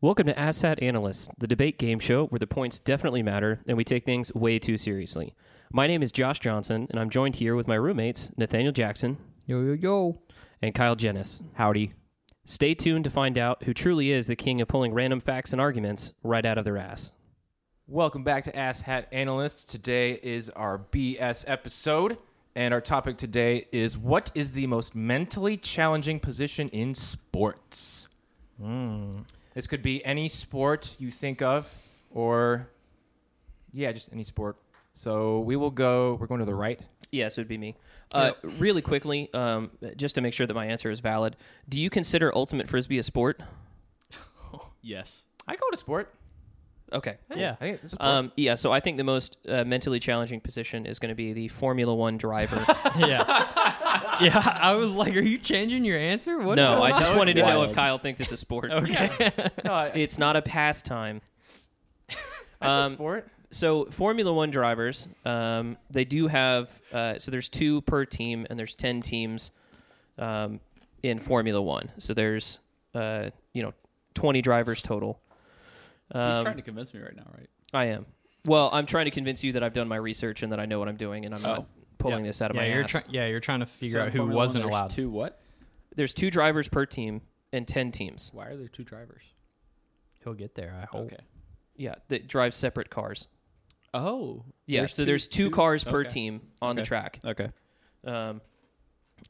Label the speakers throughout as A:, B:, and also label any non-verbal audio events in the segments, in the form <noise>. A: Welcome to Asshat Analysts, the debate game show where the points definitely matter and we take things way too seriously. My name is Josh Johnson, and I'm joined here with my roommates, Nathaniel Jackson
B: Yo, yo, yo.
A: and Kyle Jennis.
C: Howdy.
A: Stay tuned to find out who truly is the king of pulling random facts and arguments right out of their ass.
C: Welcome back to Ass Hat Analysts. Today is our BS episode, and our topic today is what is the most mentally challenging position in sports? Hmm. This could be any sport you think of, or yeah, just any sport. So we will go, we're going to the right.
A: Yes, it would be me. Uh, Really quickly, um, just to make sure that my answer is valid, do you consider Ultimate Frisbee a sport?
D: Yes.
C: I go to sport.
A: Okay.
D: Yeah.
C: I think it's a sport.
A: Um, yeah, so I think the most uh, mentally challenging position is going to be the Formula One <laughs> driver.
D: Yeah.
B: Yeah, I was like, are you changing your answer? What?
A: no, I just
C: That
A: wanted to
C: was
A: know
C: wild.
A: if Kyle thinks it's a sport.
C: Yeah. <laughs> no, I,
A: <laughs>
C: it's
A: It's not a pastime.
C: a
A: um,
C: sport.
A: So Formula One drivers, um, they do have. Uh, so there's two per team, and there's ten teams um, in Formula One. So there's uh, you know twenty drivers total.
D: He's
A: Um,
D: trying to convince me right now, right?
A: I am. Well, I'm trying to convince you that I've done my research and that I know what I'm doing, and I'm not
D: Oh.
A: pulling this out of
B: yeah,
A: my
B: you're
A: ass.
B: try- yeah, you're trying to figure
D: So
B: out who
D: Formula One,
B: wasn't
D: there's
B: allowed.
D: Two what?
A: there's two drivers per team and ten teams.
D: Why are there two drivers?
B: He'll get there. I hope.
D: Okay.
A: Yeah, that drive separate cars.
D: Oh.
A: Yeah, so there's two, cars per
D: okay.
A: team on the
D: Okay.
A: track.
D: Okay.
A: Um,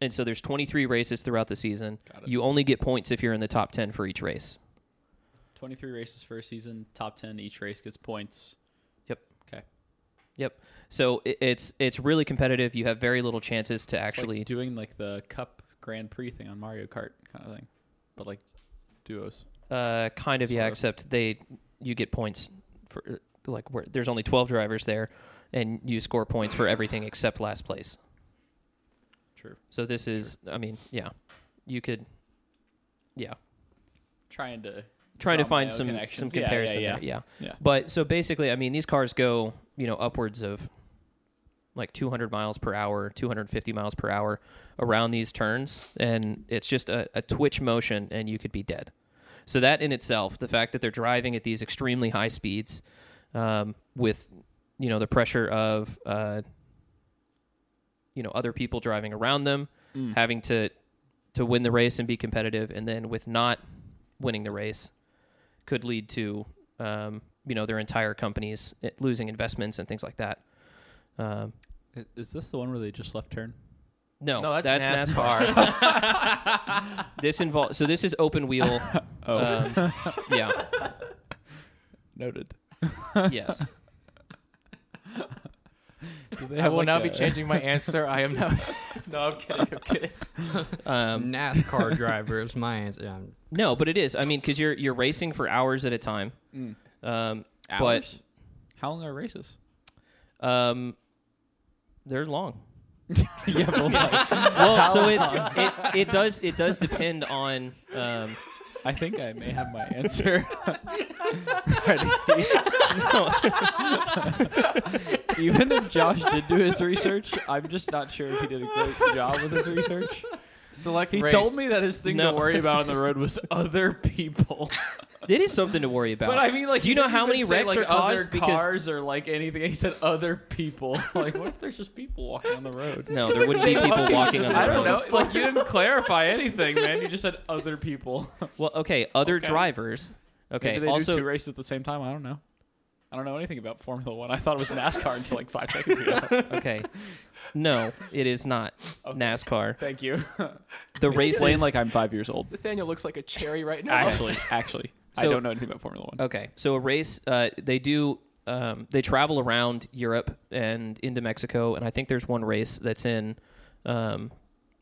A: and so there's 23 races throughout the season.
D: Got it.
A: You only get points if you're in the top 10 for each race.
D: 23 races for a season, top 10 each race gets points.
A: Yep.
D: Okay. It's
A: Yep. So i- it's it's really competitive. You have very little chances to
D: like
A: actually.
D: doing like the Cup Grand Prix thing on Mario Kart kind of thing, but like duos.
A: uh, kind of yeah,
D: sort of.
A: except they you get points for like where there's only 12 drivers there, and you score points for everything except last place.
D: True.
A: So this is, I mean, yeah, you could, yeah.
D: Trying to
A: trying to
D: draw my
A: find
D: own
A: some some
D: uh, connections. Yeah, yeah,
A: comparison
D: yeah.
A: there. Yeah.
D: Yeah.
A: But so basically, I mean, these cars go you know upwards of like 200 miles per hour, 250 miles per hour around these turns, and it's just a, a twitch motion, and you could be dead. So that in itself, the fact that they're driving at these extremely high speeds, um, with you know the pressure of uh, you know other people driving around them,
D: Hmm.
A: having to to win the race and be competitive, and then with not winning the race, could lead to um, you know their entire companies it- losing investments and things like that. Um,
D: I- Is this the one where they just left turn?
A: no,
C: No, that's
A: that's, NASCAR.
C: NASCAR.
A: this involves so this is open wheel.
D: Oh.
A: Um, yeah.
D: Noted.
A: Yes.
D: Do they
C: I will
D: like,
C: now be
D: a-
C: changing my answer. I am
D: <laughs>
C: now. <laughs> no, I'm kidding. I'm kidding.
A: Um, <laughs>
B: NASCAR driver is my answer. Yeah, I'm-
A: no, but it is. I mean, because you're you're racing for hours at a time.
D: Mm.
A: Um,
D: Hours? How long are races? <laughs>
A: But um, they're long.
D: yeah, but like,
A: Well, so it's it, it does it does depend on um,
D: I think I may have my answer. <laughs>
A: no,
D: Even if Josh did do his research, I'm just not sure if he did a great job with his research.
C: Select
D: He
C: race.
D: told me that his thing
A: No.
D: to worry about on the road was other people.
A: it is something to worry about.
D: But I mean, like,
A: do you
D: he
A: know
D: didn't
A: how
D: even
A: many
D: say,
A: wrecks
D: like,
A: are
D: other
A: caused because
D: cars or like anything? He said other people. <laughs> Like, what if there's just people walking on the road?
A: No, there would
D: <laughs>
A: be people walking on the
D: I
A: road.
D: don't know. Like, you didn't clarify anything, man. You just said other people.
A: Well, okay, other
D: Okay.
A: drivers.
D: Maybe
A: Okay,
D: they do two
A: also
D: races at the same time. I don't know. I don't know anything about Formula One. I thought it was NASCAR until like five seconds <laughs> ago.
A: okay. No, it is
D: <laughs>
A: not NASCAR.
D: Thank you.
A: The race
D: Explain like I'm five years old.
C: Nathaniel looks like a cherry right now.
D: Actually, actually, I
A: So-
D: don't know anything about Formula One.
A: Okay, so a race uh, they do um, they travel around Europe and into Mexico, and I think there's one race that's in um,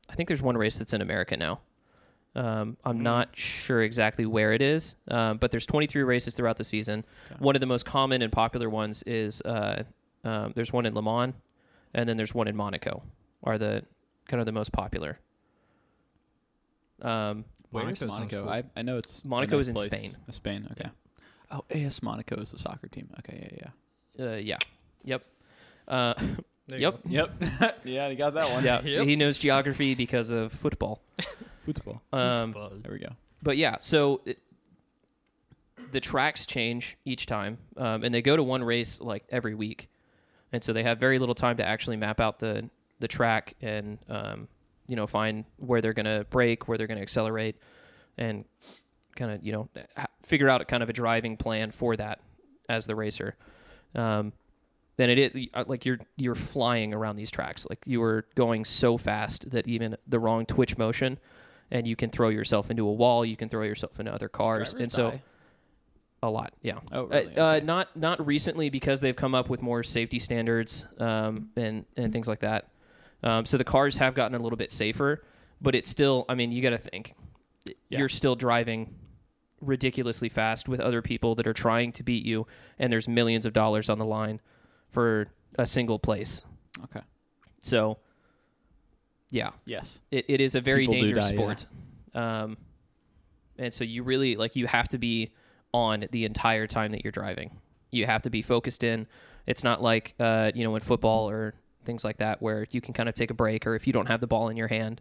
A: I think there's one race that's in America now. Um, I'm not sure exactly where it is, um, but there's 23 races throughout the season. One of the most common and popular ones is uh, um, there's one in Le Mans, and then there's one in Monaco. Are the kind of the most popular. Um,
D: Where's
B: Monaco sounds
D: Monaco?
B: cool.
D: I, I know it's a
A: Monaco
D: nice
A: is in
D: place.
A: Spain.
D: Uh, Spain, okay. Oh, AS Monaco is the soccer team. Okay, yeah,
A: uh, yeah, yep. Uh,
B: there you
A: yep.
B: go.
D: yeah. Yep. <laughs> yeah, you got that one.
A: Yeah,
B: Yep.
A: he knows geography because of football.
D: Football.
A: Um,
D: There we go.
A: but yeah, so it, the tracks change each time, um, and they go to one race like every week, and so they have very little time to actually map out the the track and um, you know find where they're going to break, where they're going to accelerate, and kind of you know h- figure out a kind of a driving plan for that as the racer. Um, then it is like you're you're flying around these tracks, like you were going so fast that even the wrong twitch motion, and you can throw yourself into a wall, you can throw yourself into other cars,
E: Drivers
A: and so
E: die.
A: a lot. Yeah.
E: Oh,
A: Uh,
E: really?
A: Uh,
E: Okay.
A: not not recently because they've come up with more safety standards um, and and things like that. Um, so the cars have gotten a little bit safer, but it's still. I mean, you got to think
E: Yeah.
A: you're still driving ridiculously fast with other people that are trying to beat you, and there's millions of dollars on the line for a single place.
E: Okay.
A: So, yeah,
E: Yes.
A: it, it is a very
E: People do
A: dangerous
E: die,
A: sport. Um, and so you really like you have to be on the entire time that you're driving. You have to be focused in. It's not like uh, you know in football or things like that where you can kind of take a break or if you don't have the ball in your hand.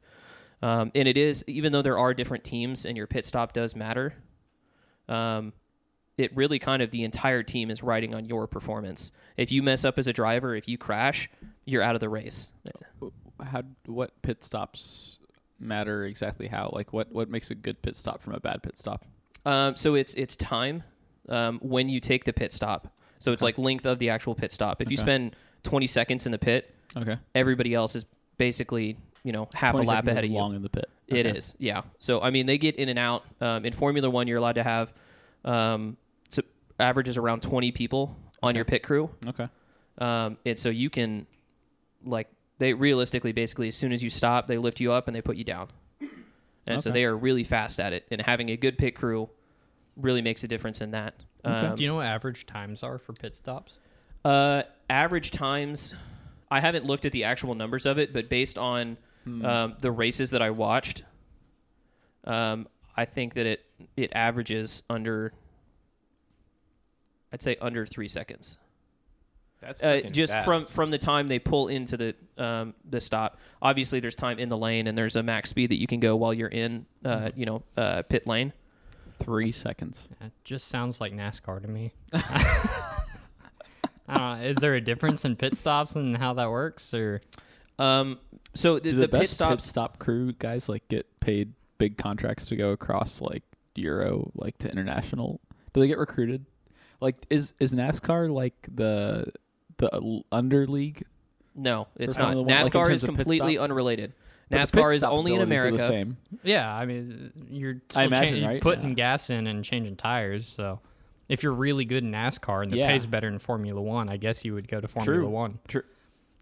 A: Um, and it is even though there are different teams and your pit stop does matter. Um, it really kind of the entire team is riding on your performance. If you mess up as a driver, if you crash, you're out of the race.
E: How? What pit stops matter exactly? How? Like, what? What makes a good pit stop from a bad pit stop?
A: Um, so it's it's time um, when you take the pit stop. So it's like length of the actual pit stop. If you
E: Okay.
A: spend 20 seconds in the pit,
E: Okay.
A: everybody else is basically you know half a
E: 20
A: lap
E: seconds
A: ahead
E: is
A: of you.
E: long in the pit.
A: It
E: Okay.
A: is, yeah. So I mean, they get in and out. Um, in Formula One, you're allowed to have um, so averages around 20 people on your pit crew,
E: Okay.
A: um, and so you can like they realistically, basically, as soon as you stop, they lift you up and they put you down, and so
E: Okay.
A: they are really fast at it. And having a good pit crew really makes a difference in that. Um,
B: Do you know what average times are for pit stops?
A: uh, average times, I haven't looked at the actual numbers of it, but based on
B: Hmm.
A: um, the races that I watched, um, I think that it it averages under. I'd say under three seconds.
C: That's
A: Uh, just from from the time they pull into the um, the stop. Obviously, there's time in the lane, and there's a max speed that you can go while you're in, uh, you know, uh, pit lane.
E: Three seconds.
B: That just sounds like NASCAR to me. <laughs> I don't know. Is there a difference in pit stops and how that works, or
A: Um, so the,
D: Do
A: the,
D: the,
A: pit
D: best pit
A: stops.
D: stop crew guys like get paid big contracts to go across like Euro like to international? Do they get recruited? Like is is NASCAR like the the l- under league?
A: No, it's
D: For
A: not.
D: Formula One, like, in
A: NASCAR is
D: terms of pit
A: completely
D: stop?
A: unrelated.
D: But the
A: NASCAR
D: pit
A: is
D: stop
A: only in
D: abilities are The
A: America.
D: same.
B: yeah? I mean, you're
D: I
B: still cha-
D: imagine,
B: you're
D: right?
B: putting
D: Yeah.
B: gas in and changing tires. So, if you're really good in NASCAR and the
D: Yeah.
B: pay's better in Formula One, I guess you would go to Formula
D: True.
B: One.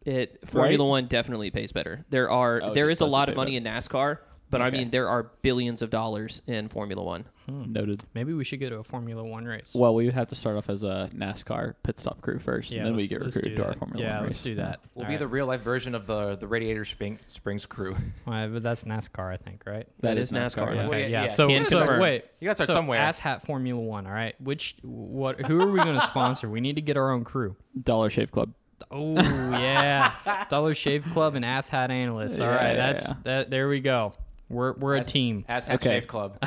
A: It Formula One definitely pays better. There are
D: Oh,
A: there
D: it
A: is a
D: does
A: lot
D: pay
A: of money in NASCAR, but I
D: Okay.
A: mean there are billions of dollars in Formula One.
B: Hmm.
D: Noted.
B: Maybe we should go to a Formula One race.
D: Well, we would have to start off as a NASCAR pit stop crew first,
B: Yeah,
D: and then we
B: let's-
D: get
B: let's do
D: recruited to our
B: that.
D: Formula
B: Yeah,
D: One
B: let's
D: race.
B: do that.
C: We'll We'll
B: All
C: be
B: right.
C: the real life version of the the Radiator Spring, Springs crew. <laughs>
B: Well, but that's NASCAR, I think, right?
A: That is NASCAR, yeah.
B: Okay,
C: Well, yeah,
B: yeah.
C: yeah,
B: So,
A: can't
B: so
A: confirm.
B: wait,
C: You gotta start
B: so
C: somewhere.
B: Ass hat Formula One. All right, which what? Who are we
D: <laughs>
B: going to sponsor? We need to get our own crew.
D: <laughs> Dollar Shave Club.
B: Oh <laughs> yeah, Dollar Shave Club and Ass Hat Analyst. All
D: Yeah,
B: right,
D: yeah,
B: that's
D: yeah.
B: that. There we go. We're we're a team.
C: As Hat
D: Okay.
A: <laughs>
C: Shave Club.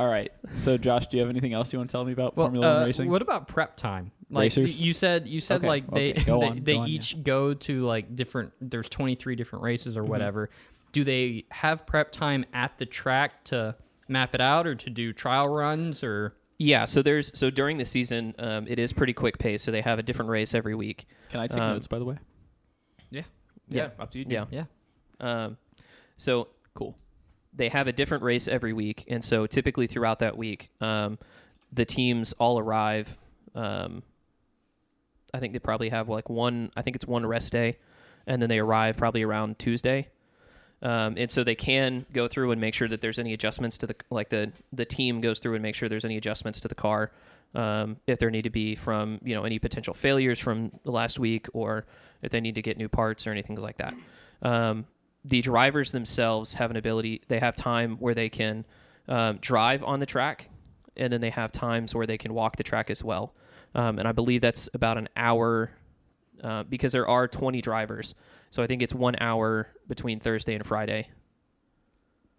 D: All right. So, Josh, do you have anything else you want to tell me about
B: Well,
D: Formula
B: uh,
D: One racing?
B: What about prep time? Like
D: Racers?
B: you said, you said
D: Okay,
B: like they
D: okay,
B: <laughs>
D: go
B: they,
D: on, go
B: they
D: on, yeah. Mm-hmm.
B: each go to like different. There's 23 different races or whatever. Do they have prep time at the track to map it out or to do trial runs or?
A: Yeah, so there's so during the season, um, it is pretty quick pace. So they have a different race every week.
D: Can I take
A: um,
D: notes, by the way?
B: Yeah,
C: yeah, up to you. dude.
A: Yeah.
B: yeah.
A: Um, so
D: Cool.
A: they have a different race every week, and so typically throughout that week, um, the teams all arrive. Um, I think they probably have like one. I think it's one rest day, and then they arrive probably around Tuesday, um, and so they can go through and make sure that there's any adjustments to the like the the team goes through and make sure there's any adjustments to the car. Um, if there need to be from you know any potential failures from the last week, or if they need to get new parts or anything like that, um, the drivers themselves have an ability they have time where they can um, drive on the track and then they have times where they can walk the track as well um, and i believe that's about an hour uh, because there are 20 drivers so i think it's one hour between thursday and friday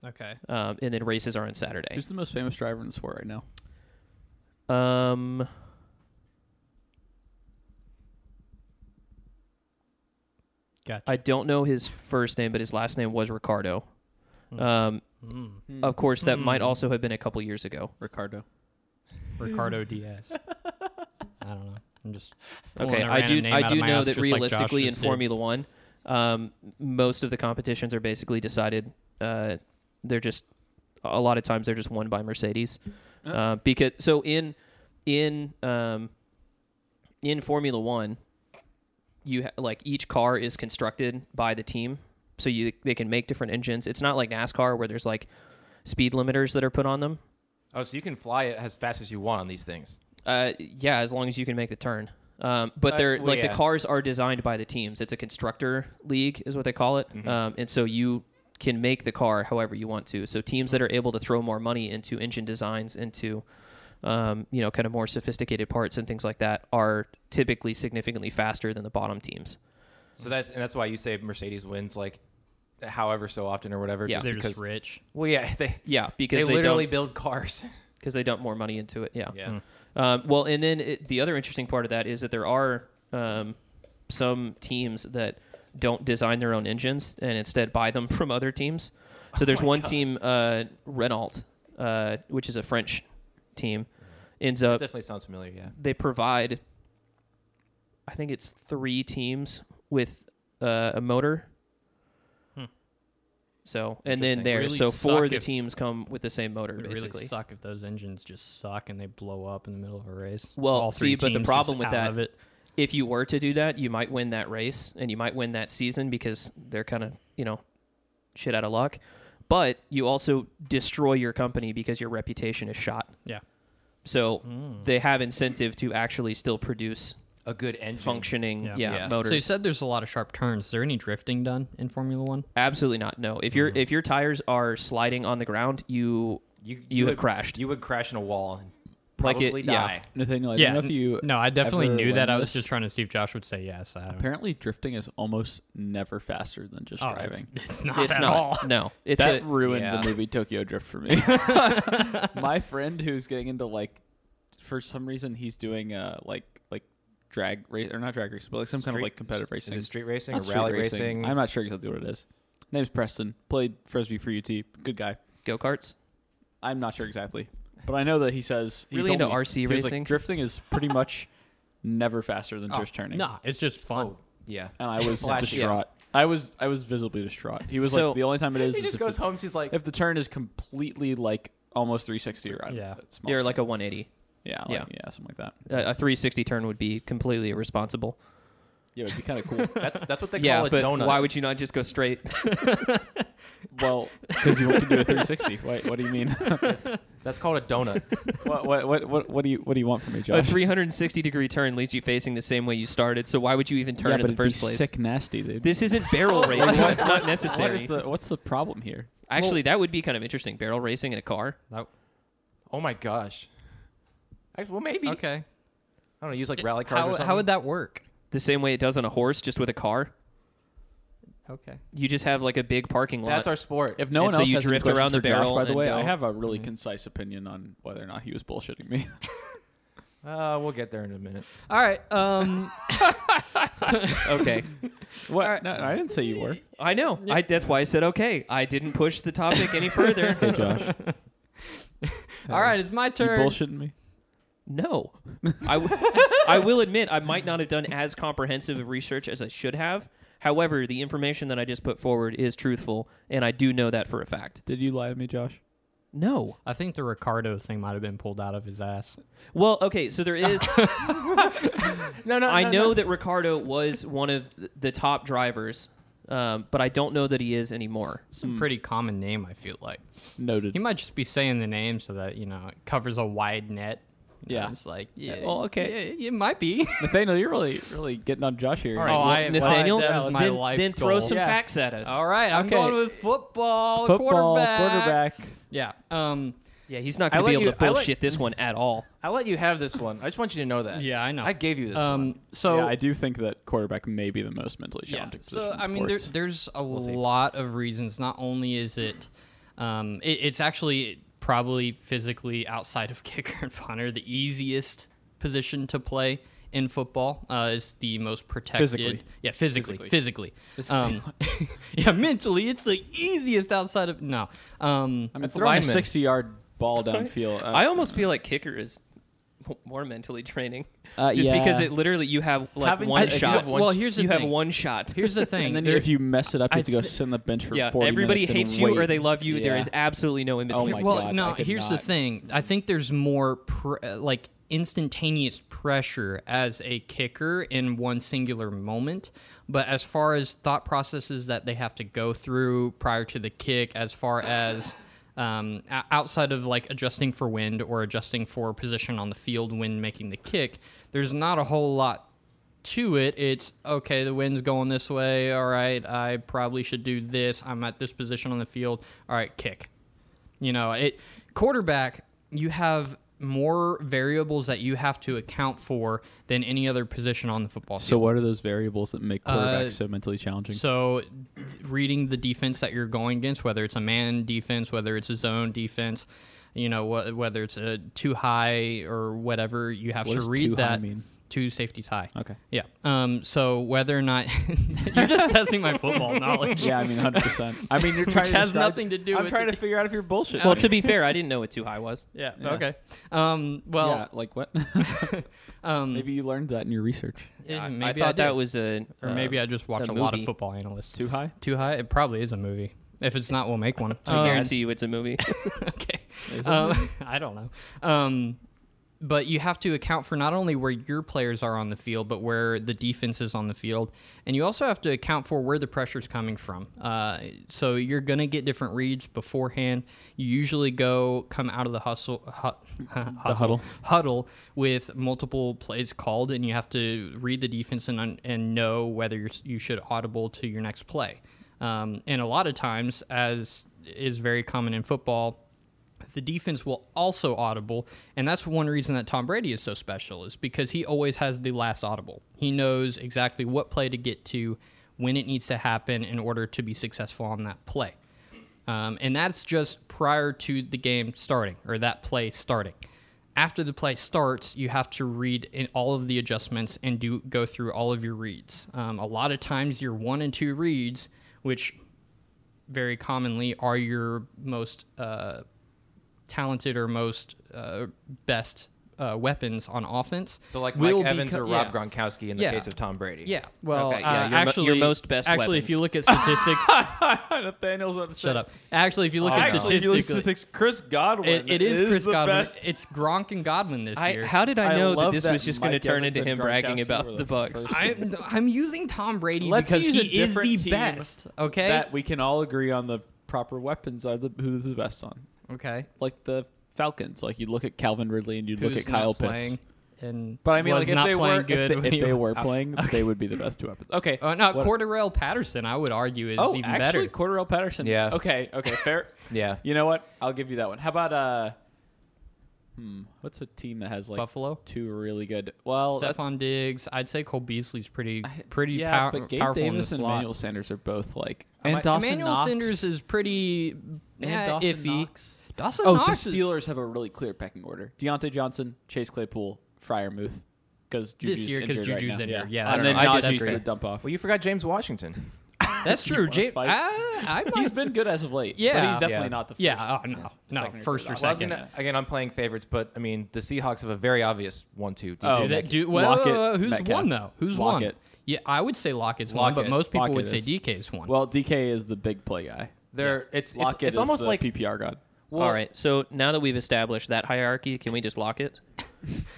B: Okay.
A: um, and then races are on saturday
D: Who's the most famous driver in the sport right now?
A: Um,
B: Gotcha.
A: I don't know his first name, but his last name was Ricardo. Um,
B: Mm.
A: Of course, that might
B: Hmm.
A: also have been a couple years ago.
D: Ricardo. <laughs>
B: Ricardo Diaz. I don't know. I'm just pulling
A: Okay,
B: a
A: I do
B: random name out
A: I
B: of
A: do
B: my
A: know
B: ass
A: that
B: just like Josh
A: realistically in
B: just did.
A: Formula One, um, most of the competitions are basically decided. Uh, they're just a lot of times they're just won by Mercedes,
B: Oh.
A: uh, because so in in um, in Formula One, you ha- like each car is constructed by the team, so you they can make different engines. It's not like NASCAR where there's like speed limiters that are put on them.
C: Oh, so you can fly it as fast as you want on these things.
A: Uh, yeah, as long as you can make the turn. Um, but
C: Uh,
A: they're
C: well,
A: like
C: yeah.
A: the cars are designed by the teams. It's a constructor league, is what they call it.
C: Mm-hmm.
A: Um, and so you can make the car however you want to. So teams that are able to throw more money into engine designs, into um, you know, kind of more sophisticated parts and things like that, are typically significantly faster than the bottom teams.
C: So that's and that's why you say Mercedes wins like however so often or whatever.
A: Yeah.
C: just
B: They're
C: because
B: just rich.
C: <laughs> well, yeah, they
A: Yeah, because
C: they,
A: they,
C: literally
A: don't <laughs>
C: build cars.
A: because they dump more money into it. Yeah.
C: Yeah.
A: Um, well, and then it, the other interesting part of that is that there are um, some teams that don't design their own engines and instead buy them <laughs> from other teams.
B: Oh
A: So there's
C: my
A: one team, uh, Renault, uh, which is a French team, ends up
C: Definitely sounds familiar. Yeah.
A: they provide i think it's three teams with uh, a motor
B: Hmm.
A: so and then
B: Interesting.
A: there
B: Really
A: so four
B: suck
A: of the
B: if-
A: teams come with the same motor
B: It would
A: basically
B: really suck if those engines just suck and they blow up in the middle of a race.
A: Well,
B: All three
A: see, but the
B: teams just
A: problem with
B: out
A: that-
B: of it.
A: if you were to do that you might win that race and you might win that season because they're kind of you know shit out of luck but you also destroy your company because your reputation is shot
B: Yeah.
A: so they have incentive to actually still produce
C: A good engine.
A: functioning yeah,
B: Yeah.
C: Yeah.
A: motors
B: So you said there's a lot of sharp turns. Is there any drifting done in Formula One?
A: Absolutely not. No. If your if your tires are sliding on the ground, you
C: You
A: You have
C: would-
A: crashed.
C: <laughs> You would crash in a wall and
A: Like it-
C: probably
A: yeah.
C: die.
D: Nathaniel, I don't know if you.
B: no, I definitely
D: ever
B: knew that.
D: learned
B: I was
D: this.
B: just trying to see if Josh would say yes. I don't
D: Apparently, drifting is almost never faster than just
B: Oh, it's,
D: driving.
B: it's not
A: it's
B: at
A: not.
B: all.
A: No. It's
D: that
A: a,
D: ruined
C: yeah.
D: the movie Tokyo Drift for
C: <laughs>
D: me. <laughs> My friend who's getting into like, for some reason he's doing uh like like drag race or not drag race but like some kind of
C: Street-
D: like competitive racing.
C: Is it street racing or
D: Not street
C: rally racing?
D: I'm not sure exactly what it is. Name's Preston. Played frisbee for UT. Good guy.
A: go karts.
D: I'm not sure exactly, but I know that he says he
A: Really
D: told
A: into
D: me,
A: RC
D: he was like,
A: racing? Oh,
D: drifting is pretty much never faster
A: <laughs>
D: than just turning.
B: Oh, Nah, it's just fun.
C: Oh,
D: <laughs>
C: yeah.
D: and I was
C: Flashy.
D: distraught. I was I was visibly distraught. He was
A: So-
D: like the only time it is
C: He
D: is
C: just
D: if
C: goes
D: the-
C: home. He's like,
D: if the turn is completely like almost 360 or
B: Yeah.
D: small.
A: You're like a 180.
D: yeah,
A: yeah.
D: like, yeah, something like that.
A: A, a 360 turn would be completely irresponsible.
D: Yeah, it'd be kind of cool.
C: that's that's what they
A: <laughs> yeah,
C: call a
A: but
C: donut.
A: why would you not just go straight?
D: <laughs> well, because you want to do a 360. Wait, <laughs> what do you mean?
C: that's called a donut.
D: what, what what what what do you what do you want from me,
A: a
D: Josh?
A: 360 degree turn leaves you facing the same way you started. So why would you even turn
D: yeah,
A: in
D: but
A: the
D: it'd
A: first
D: be
A: place?
D: sick nasty, dude.
A: This isn't
D: <laughs>
A: barrel racing. It's not
D: what
A: necessary.
D: is the what's the problem here?
A: Actually, that would be kind of interesting. Barrel racing in a car.
B: That-
C: Oh my gosh. Actually, well, maybe.
B: okay.
C: I don't know. Use like rally cars or
B: How,
C: something.
B: how would that work?
A: The same way it does on a horse, just with a car.
B: Okay.
A: You just have like a big parking lot.
C: That's our sport.
D: If no
A: And
D: one
A: so
D: else
A: you
D: has any
A: drift
D: questions
A: around the
D: for Josh,
A: barrel
D: by the
A: and
D: way, I
A: go-
D: have a really concise opinion on whether or not he was bullshitting me.
C: Uh, we'll get there in a minute.
B: All right. Um, <laughs>
A: okay.
D: <laughs> what? No, I didn't say you were.
A: I know. I, that's why I said okay. I didn't push the topic any
D: <laughs>
A: further.
D: Hey, Josh,
B: all right. It's my
D: you
B: turn.
D: bullshitting me.
A: No, I, w- <laughs> I will admit I might not have done as comprehensive of research as I should have. However, the information that I just put forward is truthful, and I do know that for a fact.
D: Did you lie to me, Josh?
A: No.
B: I think the Ricardo thing might have been pulled out of his ass.
A: Well, okay, so there <laughs> is.
C: No, no.
A: I know that Ricardo was one of th- the top drivers, um, but I don't know that he is anymore.
B: It's a pretty common name, I feel like.
D: Noted.
B: He might just be saying the name so that, you know, it covers a wide net. You know,
D: Yeah.
B: It's like, yeah.
D: well, okay.
B: yeah, it might be.
D: Nathaniel, you're really, really getting on Josh here.
B: All right. Oh,
A: Well,
B: I- well,
A: Nathaniel,
B: that was my
A: then,
B: life's
A: then throw
B: goal.
A: some
D: Yeah.
A: facts at us.
B: all right. I'm
D: Okay.
B: going with football,
D: Football,
B: quarterback.
D: quarterback.
B: Yeah. Um,
A: Yeah, he's not
C: I
A: going to be
C: let
A: able
C: you-
A: to
C: I let-
A: bullshit this one at all.
C: I let you have this one. I just want you to know that.
B: Yeah, I know.
C: I gave you this one.
B: um, so
D: yeah, I do think that quarterback may be the most mentally challenging position.
B: So
D: in
B: I mean, there,
D: sports.
B: there's a lot of reasons. Not only is it, um, it, it's actually probably physically outside of <laughs> kicker and punter the easiest position to play in football uh, is the most protected
E: Physically.
B: yeah physically physically, Um, <laughs> yeah mentally it's the easiest outside of no um
D: I mean,
E: That's
D: throwing
E: lineman.
D: a sixty-yard ball downfield. uh,
A: I almost feel like kicker is m- more mentally draining,
D: Uh,
A: just because
D: yeah.
A: it literally you have like
C: Having
A: one
C: to- you
A: shot.
C: have one-
B: Well, here's the
A: you have
B: thing.
A: one shot.
B: here's the thing
D: <laughs> And then
B: there-
D: if you mess it up,
B: I
D: you have to go
B: thi-
D: sit on the bench for
A: yeah,
D: forty
A: everybody
D: minutes and
A: hates you or
D: wait.
A: they love you. There
D: Yeah.
A: is absolutely no in
D: Oh
A: between.
D: my
B: well,
D: God,
B: no.
D: I could
B: Here's the
D: not.
B: thing. I think there's more pr- uh, like instantaneous pressure as a kicker in one singular moment, but as far as thought processes that they have to go through prior to the kick, as far as um, o- outside of like adjusting for wind or adjusting for position on the field when making the kick, there's not a whole lot to it, it's okay, the wind's going this way. All right, I probably should do this. I'm at this position on the field. All right, kick. You know, it quarterback, you have more variables that you have to account for than any other position on the football field.
D: So, what are those variables that make quarterbacks
B: Uh,
D: so mentally challenging?
B: So, reading the defense that you're going against, whether it's a man defense, whether it's a zone defense, you know, wh- whether it's a too high or whatever, you have
D: What
B: to
D: does
B: read
D: too high
B: that.
D: mean? Uh.
B: Two safeties high.
D: Okay.
B: Yeah. Um. So whether or not <laughs> you're just testing my football knowledge,
D: yeah, I mean, hundred percent.
B: <laughs>
D: I mean, you're trying
B: which
D: to
B: has
D: describe-
B: nothing to do
E: I'm
B: with
E: trying to figure out if you're bullshit.
A: Well, to be <laughs> fair, I didn't know what too high was.
B: Yeah, Okay. Um.
D: yeah,
B: Well.
D: like what?
B: <laughs> Um.
D: Maybe you learned that in your research.
B: eh,
A: I-
B: maybe
A: I thought
B: did.
A: that was a, uh,
B: or maybe I just watch a, lot of
A: movie.
B: football analysts. Too,
D: Too high.
B: high? It probably is a movie. If it's not, we'll make one.
A: I guarantee you it's a <laughs> movie.
B: <laughs> okay. Um, <laughs> I don't know. Um, but you have to account for not only where your players are on the field, but where the defense is on the field. And you also have to account for where the pressure is coming from. Uh, so you're going to get different reads beforehand. You usually go come out of the hustle, hu- <laughs>
D: huddle.
B: huddle with multiple plays called, and you have to read the defense and, un- and know whether you're, s- you should audible to your next play. Um, and a lot of times, as is very common in football, the defense will also audible and that's one reason that tom brady is so special is because he always has the last audible he knows exactly what play to get to when it needs to happen in order to be successful on that play um, and that's just prior to the game starting or that play starting after the play starts you have to read in all of the adjustments and do go through all of your reads um, a lot of times your one and two reads which very commonly are your most uh, talented or most uh, best uh, weapons on offense.
C: So like
B: will
C: Mike Evans
B: beco-
C: or Rob
B: yeah.
C: Gronkowski in the
B: Yeah.
C: case of Tom Brady.
B: Yeah. Well,
A: Okay, yeah,
B: uh,
A: your mo- your
B: actually,
A: most best
B: Actually,
A: weapons.
B: if you look at statistics,
E: <laughs>
B: <laughs>
E: Nathaniel's upset.
B: shut up. Actually, if you look
A: Oh,
B: at
A: no.
E: Actually, if you look at
B: statistics,
E: statistics, Chris Godwin.
B: it, it is, Chris
E: the
B: Godwin.
E: best.
B: It's Gronk and Godwin this
A: I,
B: year.
D: <laughs>
A: how did I
E: I
A: know that
E: love
A: this
E: that
A: was just going to
E: Mike
A: turn
E: Evans
A: into him
E: and
A: bragging
E: Gronkowski
A: about
E: were
A: the,
E: the
A: Bucks.
E: first-
B: I'm, I'm using Tom Brady
E: Let's
B: because
E: use a
B: he is
E: different
B: the
E: team
B: best. Okay.
D: That we can all agree on the proper weapons are the who's the best on.
B: okay.
D: Like the Falcons. Like you look at Calvin Ridley and you look
B: Who's
D: at Kyle
B: not
D: Pitts.
B: playing and
D: But I mean,
B: was
D: like if
B: not
D: they
B: playing
D: were
B: good
D: if
B: when
D: they,
B: he
D: if they
B: was-
D: were playing, they would be the best two weapons. Okay.
B: <laughs> Oh, no,
D: What-
B: Cordarrelle Patterson, I would argue, is
D: oh,
B: even better.
D: actually, Cordero Patterson.
C: Yeah.
D: Okay. Okay. Fair.
B: <laughs>
C: Yeah.
D: You know what? I'll give you that one. How about uh, hmm, what's a team that has like
B: Buffalo.
D: two really good? Well, that-
B: Stephon Diggs. I'd say Cole Beasley's pretty pretty
D: yeah,
B: pow-
D: but Gabe
B: powerful
D: Davis
B: in
D: and
B: the slot.
D: Emmanuel Sanders are both like
B: Am-
D: and Dawson
B: Emmanuel
D: Knox.
B: Sanders is pretty
D: and
B: eh,
D: Dawson
B: iffy.
D: Knox.
B: Dawson
D: Oh,
B: Knox
D: the Steelers have a really clear pecking order: Deontay Johnson, Chase Claypool, Fryermuth, because
B: This year, 'cause
D: injured right
B: Juju's
D: now.
B: injured. Yeah,
D: and
B: that's
D: then
B: right. I
D: Najee
B: disagree.
D: the dump off.
C: Well, you forgot James Washington.
B: Is,
D: <laughs>
B: that's true.
D: wanna
B: Jay,
D: fight?
B: I, I might,
D: He's been good as of late. but
B: Yeah.
D: he's definitely
C: Yeah.
D: not the first.
B: yeah. Oh, no, no,
D: second or
B: first or
C: Well, I
D: third option.
C: was
B: second.
C: gonna, again, I'm playing favorites, but I mean, the Seahawks have a very obvious one-two.
D: Oh,
B: Do
D: Metcalf.
B: that- do- well,
D: Lockett,
B: uh, who's
D: Metcalf.
B: one though? Who's one?
D: Lockett.
B: Yeah, I would say Lockett's one, but
C: Lockett.
B: most people would
D: Lockett
B: say
D: is.
B: DK's one.
D: Well, DK is the big play guy.
C: They're it's it's,
D: Lockett
C: it's almost
D: is the
C: like
D: PPR god.
C: well,
A: All right, so now that we've established that hierarchy, can we just lock it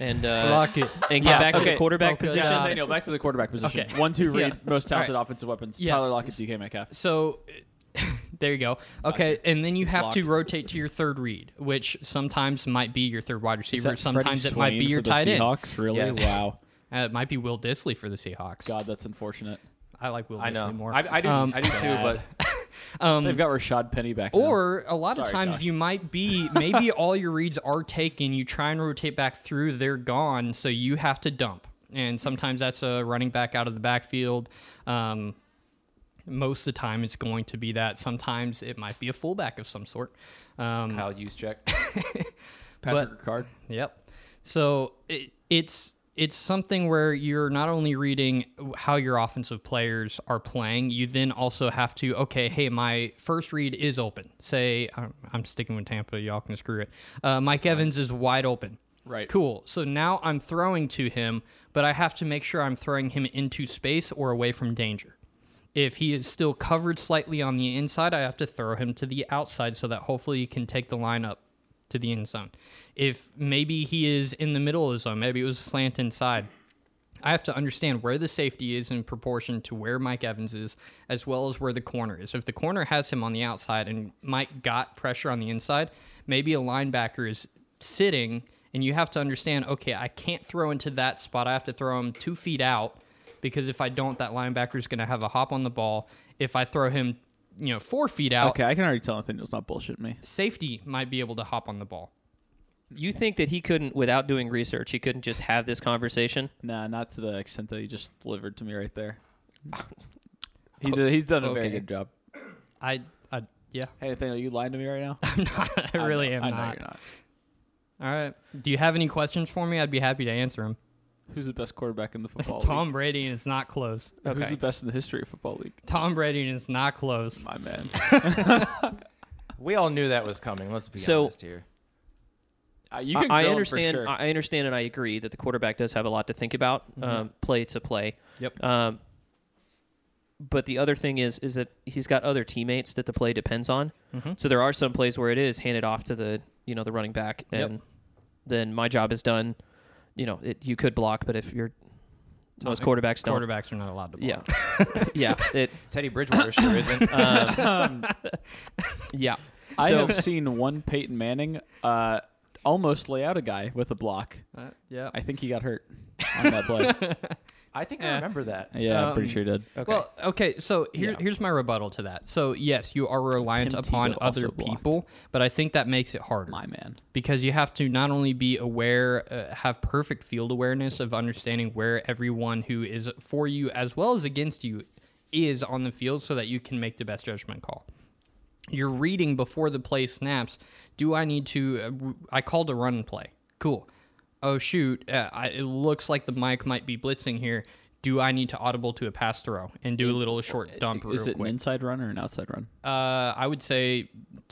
A: and uh,
B: <laughs> Lockett.
A: and get
B: Yeah,
A: back to
B: okay.
A: the quarterback
B: Okay.
A: position?
B: Got it.
D: Daniel, back to the quarterback position.
B: Okay.
D: One, <laughs> two, read
B: Yeah.
D: most talented
B: All
D: offensive weapons.
B: Yes.
D: Tyler Lockett, DK Metcalf.
B: So <laughs> there you go. Okay, and then you have to
A: locked.
B: rotate to your third read, which sometimes might be your third wide receiver,
D: that
B: sometimes
D: Freddie
B: it might be
D: Swain
B: your
D: for the
B: tight end. Uh,
D: Seahawks, really?
C: Yes.
D: Wow.
B: it might be Will Disley for the Seahawks.
D: God, that's unfortunate.
B: I like Will
C: I
B: Disley
C: know.
B: more.
C: I, I do.
B: Um,
C: I do too. But
D: They've got Rashad Penny back. now.
B: Or a lot of
D: Sorry,
B: times
D: Josh.
B: you might be maybe all your reads are taken. You try and rotate back through, they're gone, so you have to dump. And sometimes that's a running back out of the backfield. Um, Most of the time, it's going to be that. Sometimes it might be a fullback of some sort. Um,
C: Kyle Juszczyk.
D: Patrick Ricard.
B: Yep. So it, it's it's something where you're not only reading how your offensive players are playing, you then also have to okay, hey, my first read is open. Say I'm, I'm sticking with Tampa. Y'all can screw it. Uh, Mike Evans is wide open.
E: Right.
B: Cool. So now I'm throwing to him, but I have to make sure I'm throwing him into space or away from danger. If he is still covered slightly on the inside, I have to throw him to the outside so that hopefully he can take the line up to the end zone. If maybe he is in the middle of the zone, maybe it was slant inside. I have to understand where the safety is in proportion to where Mike Evans is, as well as where the corner is. If the corner has him on the outside and Mike got pressure on the inside, maybe a linebacker is sitting, and you have to understand okay, I can't throw into that spot. I have to throw him two feet out because if I don't, that linebacker is going to have a hop on the ball. If I throw him, you know, four feet out,
D: Okay, I can already tell Nathaniel's not bullshitting me.
B: safety might be able to hop on the ball.
A: You think that he couldn't, without doing research, he couldn't just have this conversation?
D: Nah, not to the extent that he just delivered to me right
B: <laughs>
D: there. He did, he's done a very
B: okay.
D: good job.
B: I, I yeah,
D: Hey, Nathaniel, you lying to me right now?
B: <laughs> I'm not. <laughs> I really
D: know-
B: am
D: I know
B: not.
D: you're not.
B: All right. Do you have any questions for me? I'd be happy to answer them.
D: Who's the best quarterback in the football
B: Tom Brady is not close.
D: league? Who's
A: Okay.
D: the best in the history of football league?
B: Tom Brady is not close.
D: My man.
C: We all knew that was coming. Let's be
A: So-
C: honest here.
D: <laughs> Uh, you
A: I- I
D: grill him for
A: understand.
D: sure.
A: I I understand, and I agree that the quarterback does have a lot to think about, um, play to play.
B: Yep.
A: Um, but the other thing is, is that he's got other teammates that the play depends on. So there are some plays where it is handed off to the you know the running back,
B: Yep.
A: and then my job is done. You know, it, you could block, but if you're most
B: Not-
A: quarterbacks don't,
B: Quarterbacks are not allowed to block.
A: yeah,
B: <laughs>
A: yeah, it,
C: Teddy Bridgewater sure isn't. Uh,
A: yeah.
D: I
A: So-
D: have seen one Peyton Manning uh, almost lay out a guy with a block.
B: Uh, yeah.
D: I think he got hurt on that play.
B: <laughs>
C: I think I remember that.
D: Yeah, I'm pretty
B: Um,
D: sure he did.
A: Okay.
B: Well, okay. So here,
D: Yeah.
B: here's my rebuttal to that. So yes, you are reliant
D: Tim
B: upon
D: Tebow also
B: other
D: blocked.
B: people, but I think that makes it harder.
D: My man.
B: because you have to not only be aware, uh, have perfect field awareness of understanding where everyone who is for you as well as against you is on the field so that you can make the best judgment call. You're reading before the play snaps. Do I need to? Uh, w- I called a run and play. Cool. Oh, shoot. Uh, I, it looks like the mic might be blitzing here. Do I need to audible to a pass throw and do a little short dump?
D: uh, Is
B: real
D: it
B: quick?
D: an inside run or an outside run?
B: Uh, I would say, t-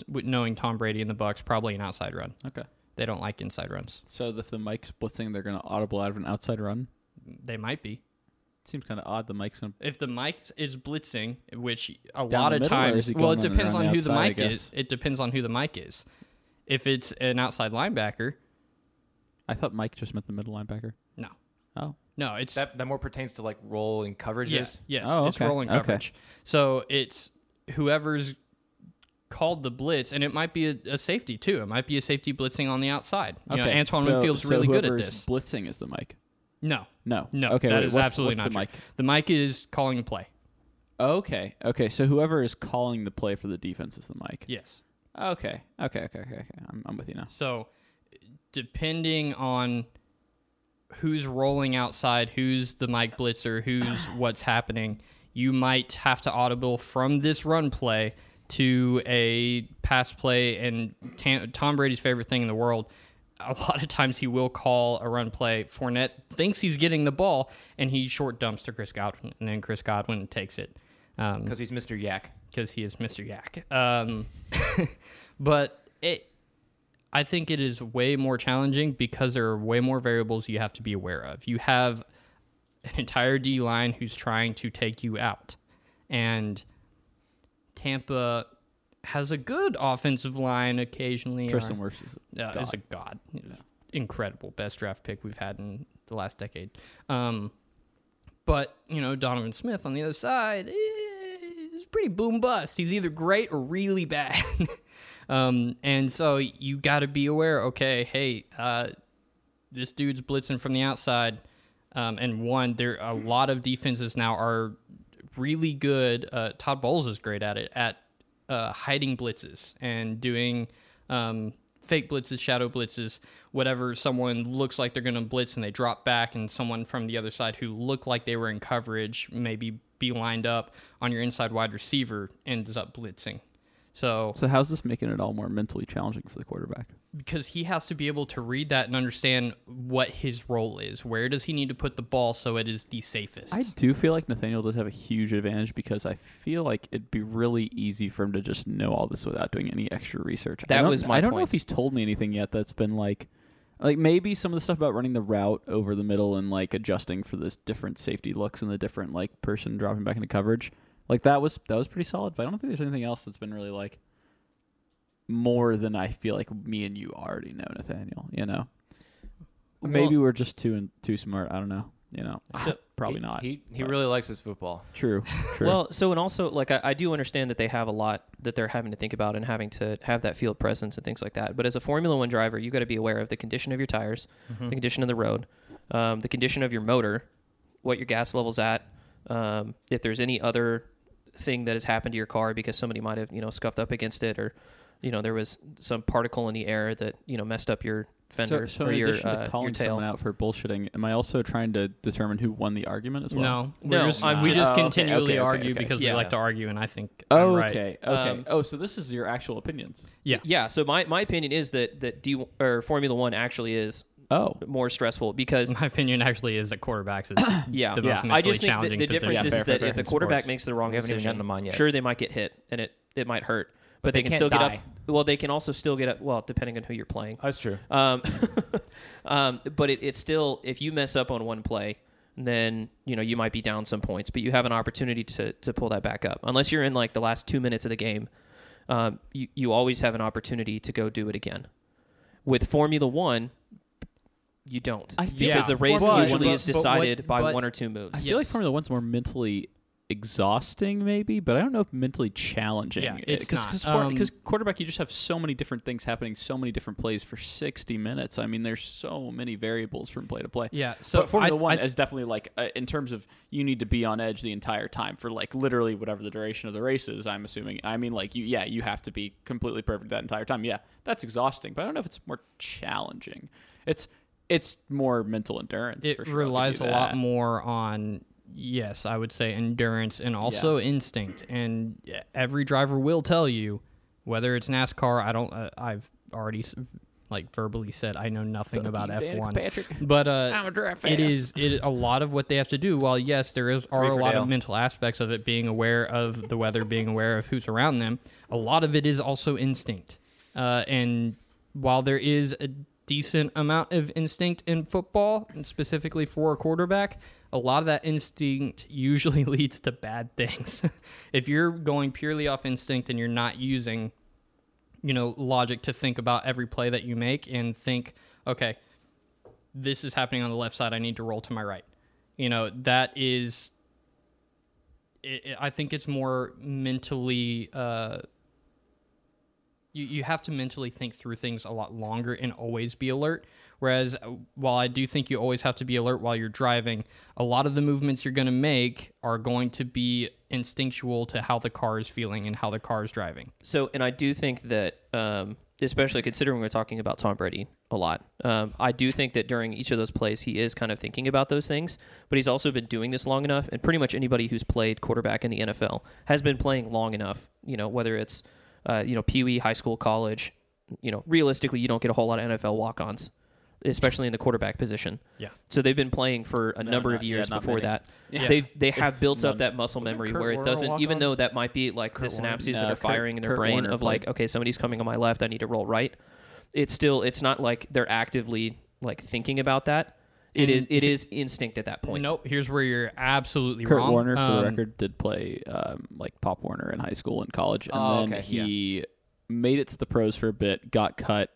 B: with knowing Tom Brady and the Bucks, probably an outside run.
D: Okay.
B: They don't like inside runs.
D: So if the mic's blitzing, they're going to audible out of an outside run.
B: They might be.
D: seems kind of odd. The mic's going to.
B: If the mic is blitzing, which a
D: Down
B: lot
D: the
B: of
D: middle, or is
B: times,
D: it
B: well, it
D: going on and
B: depends
D: around
B: on
D: the
B: who the
D: outside, I
B: mic is.
D: guess?
B: It depends on who the mic is. If it's an outside linebacker,
D: I thought Mike just meant the middle linebacker.
B: no,
D: Oh.
B: no, it's
C: That that more pertains to like role and coverages.
B: yes, yes,
D: Oh,
B: it's
D: okay,
B: rolling
D: okay.
B: coverage. So it's whoever's called the blitz, and it might be a, a safety too. It might be a safety blitzing on the outside. You know, Antoine
D: so,
B: Winfield's
D: so
B: really good at
D: whoever's
B: this.
D: Blitzing is the mic.
B: no,
D: No.
B: no,
D: Okay.
B: that
D: wait,
B: is
D: what's-
B: absolutely
D: what's
B: not
D: the
B: true.
D: mic.
B: The mic is calling a play.
D: Okay. Okay. So whoever is calling the play for the defense is the mic.
B: Yes.
D: Okay. Okay. Okay. Okay. okay. I'm, I'm with you now.
B: So, depending on who's rolling outside, who's the mic blitzer, who's what's happening, you might have to audible from this run play to a pass play. And Tam- Tom Brady's favorite thing in the world. A <laughs> lot of times he will call a run play. Fournette thinks he's getting the ball, and he short dumps to Chris Godwin, and then Chris Godwin takes it. Um,
C: because he's Mr. Yak.
B: because he is Mr. Yak. Um, <laughs> but it, I think it is way more challenging because there are way more variables you have to be aware of. You have an entire D line who's trying to take you out, and Tampa has a good offensive line occasionally.
D: Tristan
B: or-
D: Wirfs is
B: uh, is a god. Incredible, best draft pick we've had in the last decade. Um, but you know, Donovan Smith on the other side eh, is pretty boom bust. He's either great or really bad. <laughs> um, and so you got to be aware. Okay, hey, uh, this dude's blitzing from the outside. Um, and one, there a lot of defenses now are really good. Uh, Todd Bowles is great at it at uh, hiding blitzes and doing um, fake blitzes, shadow blitzes, whatever someone looks like they're going to blitz and they drop back, and someone from the other side who looked like they were in coverage maybe be lined up on your inside wide receiver ends up blitzing. So,
D: So how's this making it all more mentally challenging for the quarterback?
B: because he has to be able to read that and understand what his role is, where does he need to put the ball so it is the safest?
D: I do feel like Nathaniel does have a huge advantage because I feel like it'd be really easy for him to just know all this without doing any extra research.
A: That
D: I don't,
A: was my
D: I don't know
A: point.
D: if he's told me anything yet that's been like, like maybe some of the stuff about running the route over the middle and like adjusting for this different safety looks and the different like person dropping back into coverage. Like that was that was pretty solid. But I don't think there's anything else that's been really like more than I feel like me and you already know, Nathaniel. You know, maybe we're just too and too smart. I don't know. You know, <sighs>
B: So-
D: probably
C: He-
D: not.
C: He he
D: but-
C: really likes his football.
D: <laughs> True. True.
A: Well, so and also like I, I do understand that they have a lot that they're having to think about and having to have that field presence and things like that. But as a Formula One driver, you got to be aware of the condition of your tires,
C: Mm-hmm.
A: the condition of the road, um, the condition of your motor, what your gas level's at, um, if there's any other thing that has happened to your car because somebody might have you know scuffed up against it or you know there was some particle in the air that you know messed up your fender
D: so, so
A: or
D: in
A: your,
D: addition
A: uh,
D: to
A: your
D: calling
A: tail.
D: someone out for bullshitting, am I also trying to determine who won the argument as well?
B: no, we're
A: No,
B: just,
A: I'm
B: we
A: just-
B: just
D: Oh, okay,
B: continually
D: okay, okay,
B: argue
D: okay.
B: because
A: Yeah.
B: we like to argue, and I think I'm
D: Oh,
B: right.
D: okay. Okay.
A: Um,
D: oh, so this is your actual opinions.
B: Yeah.
A: Yeah, so my, my opinion is that that D or Formula One actually is
D: Oh,
A: more stressful
B: <laughs>
A: because
B: <laughs> My opinion actually is that quarterbacks
D: <coughs>
B: is
A: yeah,
B: the most
A: yeah.
B: mentally
A: I just think that
B: challenging
A: the difference
B: position.
A: is,
C: Yeah,
A: is
C: fair,
A: that
C: fair,
A: if the
C: fair.
A: quarterback
C: Sports.
A: makes the wrong
C: We haven't even
A: decision,
C: gotten to mine yet.
A: sure they might get hit and it it might hurt, but, they,
C: they
A: can
C: can't
A: still get
C: die.
A: up. Well, they can also still get up. Well, depending on who you're playing.
C: That's true.
A: Um, <laughs> um, but it, it's still if you mess up on one play, then you know you might be down some points, but you have an opportunity to to pull that back up. Unless you're in like the last two minutes of the game, um, you you always have an opportunity to go do it again. With Formula One, you don't
D: I feel
A: because
B: Yeah.
A: the race
B: But-
A: usually
B: but-
A: is
B: but
A: decided
B: what-
A: by
B: but-
A: one or two
D: I
A: moves.
D: feel like
B: Yes.
D: Formula One's more mentally exhausting, maybe, but I don't know if mentally challenging. eh,
B: Yeah, it's not.
D: because
B: Um,
D: quarterback, you just have so many different things happening, so many different plays for sixty minutes. I mean, there's so many variables from play to play.
B: Yeah, so
D: but Formula
B: I th- I
D: One
B: th-
D: is definitely like uh, in terms of you need to be on edge the entire time for like literally whatever the duration of the race is. I'm assuming. I mean, like you, yeah, you have to be completely perfect that entire time. Yeah, that's exhausting, but I don't know if it's more challenging. It's it's more mental endurance.
B: it
D: for sure. I'll give
B: relies
D: you
B: a lot
D: that.
B: more on yes i would say endurance and also instinct and every driver will tell you whether it's nascar i don't uh, i've already s- like verbally said i know nothing about f1 but uh it is it a lot of what they have to do while yes there is are a
C: for
B: lot
C: Dale.
B: of mental aspects of it being aware of the weather being aware of who's around them a lot of it is also instinct uh, and while there is a decent amount of instinct in football and specifically for a quarterback a lot of that instinct usually <laughs> leads to bad things <laughs> if you're going purely off instinct and you're not using you know logic to think about every play that you make and think okay this is happening on the left side i need to roll to my right you know that is it, it- i think it's more mentally uh you, you have to mentally think through things a lot longer and always be alert. Whereas, uh, while I do think you always have to be alert while you're driving, a lot of the movements you're going to make are going to be instinctual to how the car is feeling and how the car is driving.
A: So, and I do think that, um, especially considering we're talking about Tom Brady a lot, um, I do think that during each of those plays, he is kind of thinking about those things. But he's also been doing this long enough, and pretty much anybody who's played quarterback in the NFL has been playing long enough. You know, whether it's uh, you know Pee Wee, high school, college. You know, realistically, you don't get a whole lot of NFL walk-ons, especially in the quarterback position.
B: Yeah.
A: So they've been playing for a number of
D: not- yeah,
A: years
D: not
A: before
D: many.
A: that.
B: Yeah.
A: They they have built up
D: none.
A: that muscle
C: Wasn't
A: memory
C: Kurt
A: where it
C: Warner a
A: doesn't, even
C: walk-on?
A: though that might be like the
C: Warner?
A: synapses that
D: No,
A: are
D: Kurt-
A: firing in their
D: Kurt
A: brain
D: Warner
A: of like,
D: played.
A: okay, somebody's coming on my left, I need to roll right. It's still it's not like they're actively like thinking about that. It
D: Mm-hmm.
A: is it is instinct at that point.
B: Nope, here's where you're absolutely
D: Kurt
B: wrong.
D: Warner, for
B: Um,
D: the record, did play um, like Pop Warner in high school and college, and
C: Oh,
D: then
C: okay,
D: he made it to the pros for a bit, got cut,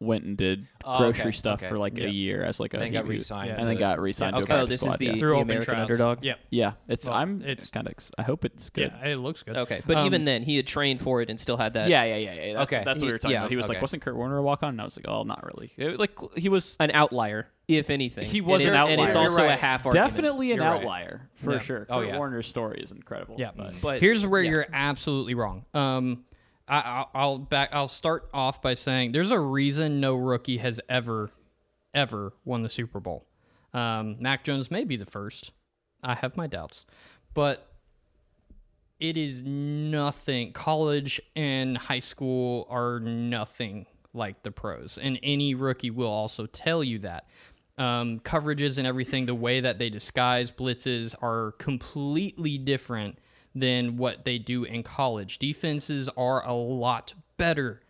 D: went and did
C: Oh,
D: grocery
C: okay,
D: stuff
C: okay.
D: for like
B: Yeah.
D: a year as like a
C: And then got
D: he-
C: re-signed
D: and
C: to
D: then
C: the-
D: got re-signed
C: Yeah,
D: to a
C: okay.
D: practice
A: Oh, this is
D: squad,
A: the,
D: yeah.
A: the
B: Through open
A: American
B: trials.
A: underdog.
B: Yeah.
D: yeah. It's
B: Well,
D: I'm
B: it's-
D: it's kind of ex- I hope it's good.
B: Yeah, it looks good.
A: Okay, but
B: Um,
A: even then, he had trained for it and still had that
D: Yeah, yeah, yeah, yeah. That's,
C: Okay.
D: that's what we were talking
A: Yeah,
D: about. He was
C: okay.
D: like, "Wasn't Kurt Warner a walk on?" And I was like, "Oh, not really." It- like he was
A: an outlier, if anything.
D: He
A: And
D: was an
A: it's- and it's
D: outlier.
A: also
C: You're
A: a
C: right.
A: half argument.
D: definitely an
C: You're right.
D: outlier for
B: Yeah.
D: sure.
C: Oh,
D: Kurt
C: yeah.
D: Warner's story is incredible.
B: Yeah,
D: Mm-hmm. but
A: But
B: here's where
D: yeah.
B: you're absolutely wrong. Um, I, I'll- I'll back. I'll start off by saying there's a reason no rookie has ever, ever won the Super Bowl. Um, Mac Jones may be the first. I have my doubts, but it is nothing. College and high school are nothing like the pros, and any rookie will also tell you that. Um, coverages and everything, the way that they disguise blitzes are completely different than what they do in college. Defenses are a lot better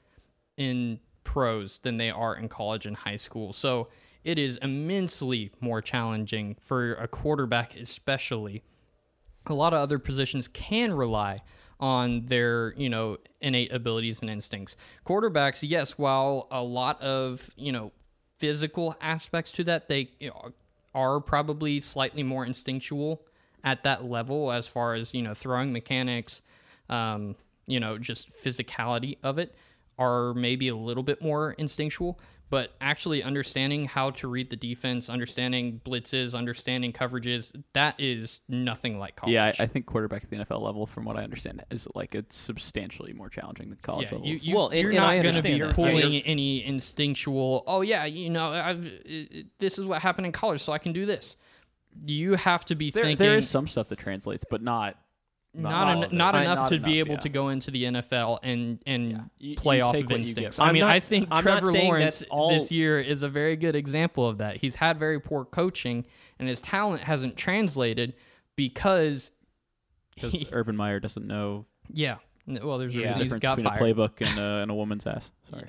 B: in pros than they are in college and high school. So it is immensely more challenging for a quarterback, especially a lot of other positions can rely on their you know innate abilities and instincts quarterbacks yes while a lot of you know physical aspects to that they you know, are probably slightly more instinctual at that level as far as you know throwing mechanics um, you know just physicality of it are maybe a little bit more instinctual, but actually understanding how to read the defense, understanding blitzes, understanding coverages, that is nothing like college.
D: Yeah, I, I think quarterback at the NFL level, from what I understand, is like it's substantially more challenging than college
B: yeah,
D: level.
B: you, you,
A: Well, and-
B: you're
A: and
B: not
A: I
B: going to
A: understand
B: be
A: that.
B: pulling
A: Yeah.
B: any instinctual. Oh yeah, you know, I've, it- it- this is what happened in college, so I can do this. You have to be
D: there,
B: thinking.
D: there is some stuff that translates, but not
B: <laughs> not
D: all
B: en-
D: of it.
B: not
D: I-
B: enough
D: not
B: to be
D: enough,
B: able
D: yeah.
B: to go into the NFL and and
D: You-
B: play
D: you
B: off
D: take
B: of
D: what you
B: instincts.
D: get.
B: I
A: I'm
B: mean,
A: not-
B: I think
A: I'm not
B: Trevor
A: saying
B: Lawrence
A: that's all-
B: this year is a very good example of that. He's had very poor coaching, and his talent hasn't translated because
D: because Urban Meyer doesn't know
B: yeah. N- Well, there's a
D: the
B: reason he's
D: difference
B: got
D: between
B: fired.
D: a playbook and a, and a woman's ass. Sorry,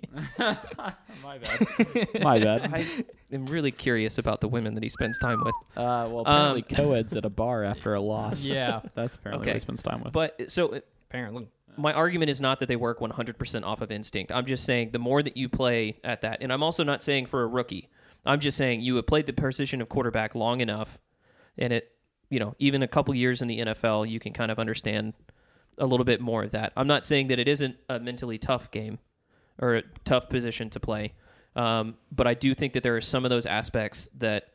B: <laughs>
D: <laughs>
E: My bad.
B: <laughs>
D: my bad.
A: I am really curious about the women that he spends time with.
D: Uh, well,
A: apparently
D: <laughs> apparently co-ed's at a bar after a loss.
B: Yeah,
D: that's apparently
A: Okay.
D: what he spends time with.
A: But so
B: apparently.
A: my argument is not that they work 100% off of instinct. I'm just saying the more that you play at that, and I'm also not saying for a rookie. I'm just saying you have played the position of quarterback long enough, and it, you know, even a couple years in the NFL, you can kind of understand a little bit more of that. I'm not saying that it isn't a mentally tough game or a tough position to play, um, but I do think that there are some of those aspects that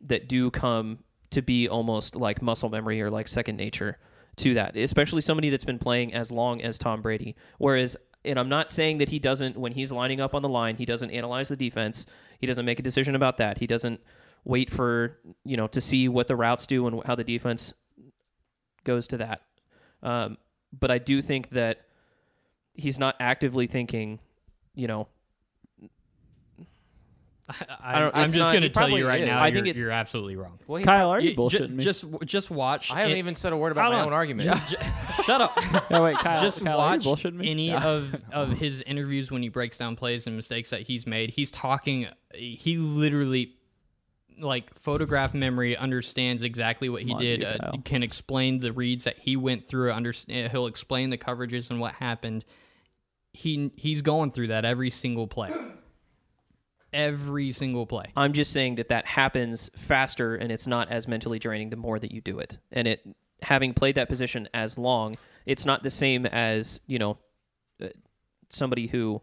A: that do come to be almost like muscle memory or like second nature to that, especially somebody that's been playing as long as Tom Brady. Whereas, and I'm not saying that he doesn't, when he's lining up on the line, he doesn't analyze the defense. He doesn't make a decision about that. He doesn't wait for, you know, to see what the routes do and how the defense goes to that. Um, but I do think that he's not actively thinking, you know,
B: I,
A: don't-
B: am
A: it's
B: just
A: not-
B: going to
A: he
B: tell
A: probably
B: you right
A: is.
B: now.
A: I
B: you're-
A: think it's-
B: you're absolutely wrong.
C: Well, he-
D: Kyle, are
B: You-
D: you bullshitting
B: ju-
D: me?
B: just just watch.
C: I haven't
B: it-
C: even said a word about
B: hold
C: my
B: on.
C: own argument. <laughs>
B: Ju- Shut up.
D: no, Oh, wait, Kyle,
B: just
D: Kyle,
B: watch
D: are you bullshitting me?
B: any of of his interviews when he breaks down plays and mistakes that he's made. He's talking. He literally, like photograph memory, understands exactly what he
D: Come on,
B: did.
D: you
B: Uh,
D: Kyle.
B: can explain the reads that he went through. Understand. He'll explain the coverages and what happened. He he's going through that every single play. Every single play.
A: I'm just saying that that happens faster and it's not as mentally draining the more that you do it. And it having played that position as long, it's not the same as, you know, uh, somebody who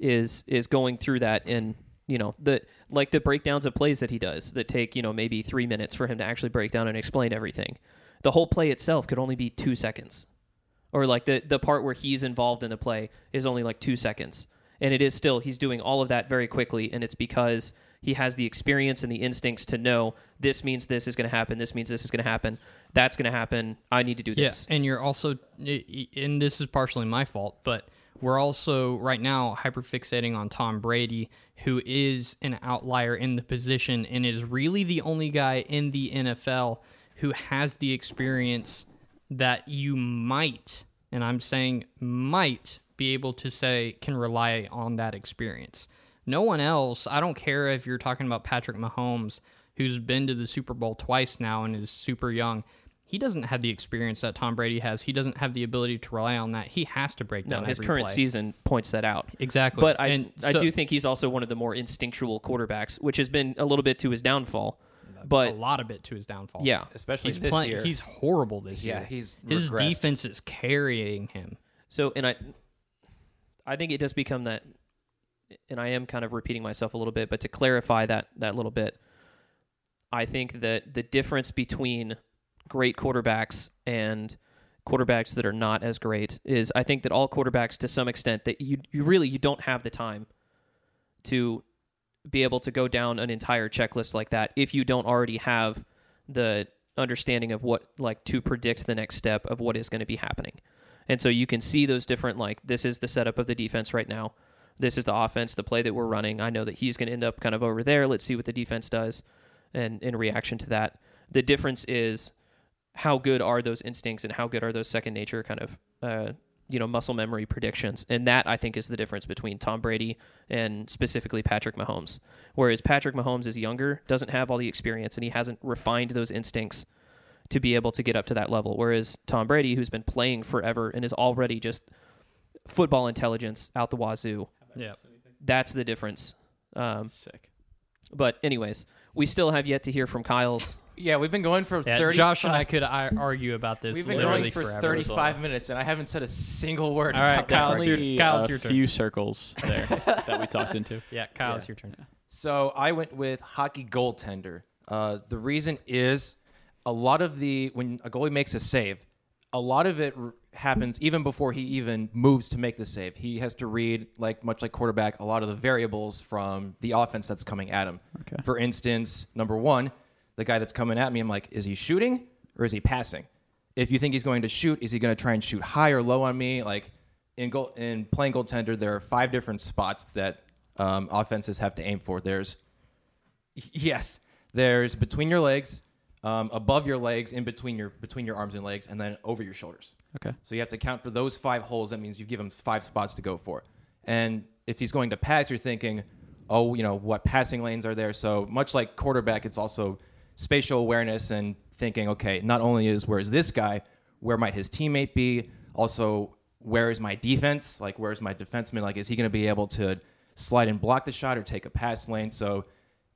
A: is is going through that in, you know, the like the breakdowns of plays that he does that take, you know, maybe 3 minutes for him to actually break down and explain everything. The whole play itself could only be 2 seconds. Or like the the part where he's involved in the play is only like 2 seconds. And it is still he's doing all of that very quickly and it's because he has the experience and the instincts to know this means this is going to happen, this means this is going to happen, that's going to happen, I need to do this.
B: Yes, and you're also, and this is partially my fault, but we're also right now hyperfixating on Tom Brady, who is an outlier in the position and is really the only guy in the NFL who has the experience that you might, and I'm saying might, be able to say can rely on that experience. No one else, I don't care if you're talking about Patrick Mahomes, who's been to the Super Bowl twice now and is super young. He doesn't have the experience that Tom Brady has. He doesn't have the ability to rely on that. He has to break
A: No,
B: down
A: his
B: every
A: current
B: play.
A: season points that out.
B: Exactly.
A: But I
B: And
A: I
B: so-
A: do think he's also one of the more instinctual quarterbacks, which has been a little bit to his downfall.
B: a
A: But
B: lot of it to his downfall.
A: yeah.
C: Especially
B: he's
C: this
B: playing.
C: year.
B: He's horrible this year.
C: Yeah, he's
B: his
C: regressed.
B: defense is carrying him.
A: So and I I think it does become that and I am kind of repeating myself a little bit, but to clarify that that little bit, I think that the difference between great quarterbacks and quarterbacks that are not as great is I think that all quarterbacks to some extent that you you really you don't have the time to be able to go down an entire checklist like that if you don't already have the understanding of what like to predict the next step of what is going to be happening. And so you can see those different like this is the setup of the defense right now. This is the offense, the play that we're running. I know that he's going to end up kind of over there. Let's see what the defense does and in reaction to that. The difference is how good are those instincts and how good are those second nature kind of uh, you know muscle memory predictions and that i think is the difference between tom brady and specifically patrick mahomes whereas patrick mahomes is younger doesn't have all the experience and he hasn't refined those instincts to be able to get up to that level whereas tom brady who's been playing forever and is already just football intelligence out the wazoo
B: Yeah.
A: that's the difference um,
E: Sick.
A: but anyways we still have yet to hear from kyle's
C: Yeah, we've been going for
B: Yeah,
C: 30
B: Josh and I could I, argue about this.
C: We've been
B: literally
C: going for
B: forever.
C: 35 minutes, and I haven't said a single word.
B: All right,
C: about
B: Kyle,
C: that.
B: it's your-
D: Only
B: Kyle, it's
D: a
B: your turn.
D: few circles there that we talked into.
B: Yeah, Kyle, it's your turn.
C: So I went with hockey goaltender. Uh, the reason is a lot of the when a goalie makes a save, a lot of it r- happens even before he even moves to make the save. He has to read like much like quarterback a lot of the variables from the offense that's coming at him.
D: Okay.
C: For instance, number one, the guy that's coming at me, I'm like, is he shooting or is he passing? If you think he's going to shoot, is he going to try and shoot high or low on me? Like in goal, in playing goaltender, there are five different spots that um, offenses have to aim for. There's yes, there's between your legs, um, above your legs, in between your between your arms and legs, and then over your shoulders.
D: <laughs> Okay.
C: So you have to count for those five holes. That means you give him five spots to go for. And if he's going to pass, you're thinking, oh, you know, what passing lanes are there? So much like quarterback, it's also spatial awareness and thinking, okay, not only is where is this guy, where might his teammate be? Also, where is my defense? Like, where's my defenseman? Like, is he going to be able to slide and block the shot or take a pass lane? So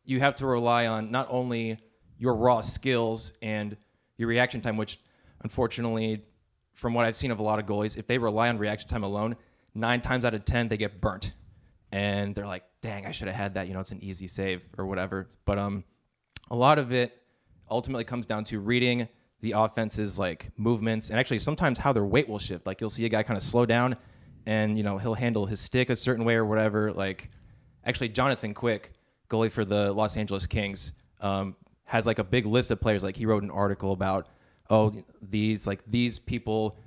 C: you have to rely on not only your raw skills and your reaction time, which unfortunately, from what I've seen of a lot of goalies, if they rely on reaction time alone, nine times out of 10, they get burnt. And they're like, dang, I should have had that. You know, it's an easy save or whatever. But um, a lot of it ultimately comes down to reading the offense's like movements and actually sometimes how their weight will shift. Like you'll see a guy kind of slow down and, you know, he'll handle his stick a certain way or whatever. Like, actually Jonathan Quick, goalie for the Los Angeles Kings, um, has like a big list of players. Like he wrote an article about, oh, these like these people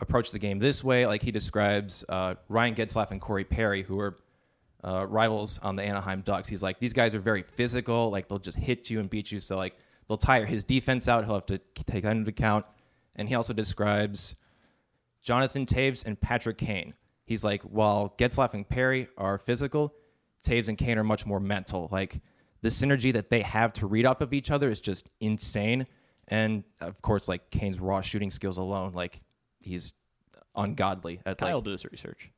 C: approach the game this way. Like he describes uh, Ryan Getzlaff and Corey Perry, who are uh, rivals on the Anaheim Ducks. He's like these guys are very physical. Like they'll just hit you and beat you. So like they'll tire his defense out. He'll have to take that into account. And he also describes Jonathan Taves and Patrick Kane. He's like, while Getzlaff and Perry are physical, Taves and Kane are much more mental. Like the synergy that they have to read off of each other is just insane. And of course, like Kane's raw shooting skills alone, like he's ungodly at
D: Kyle
C: like
D: did his research.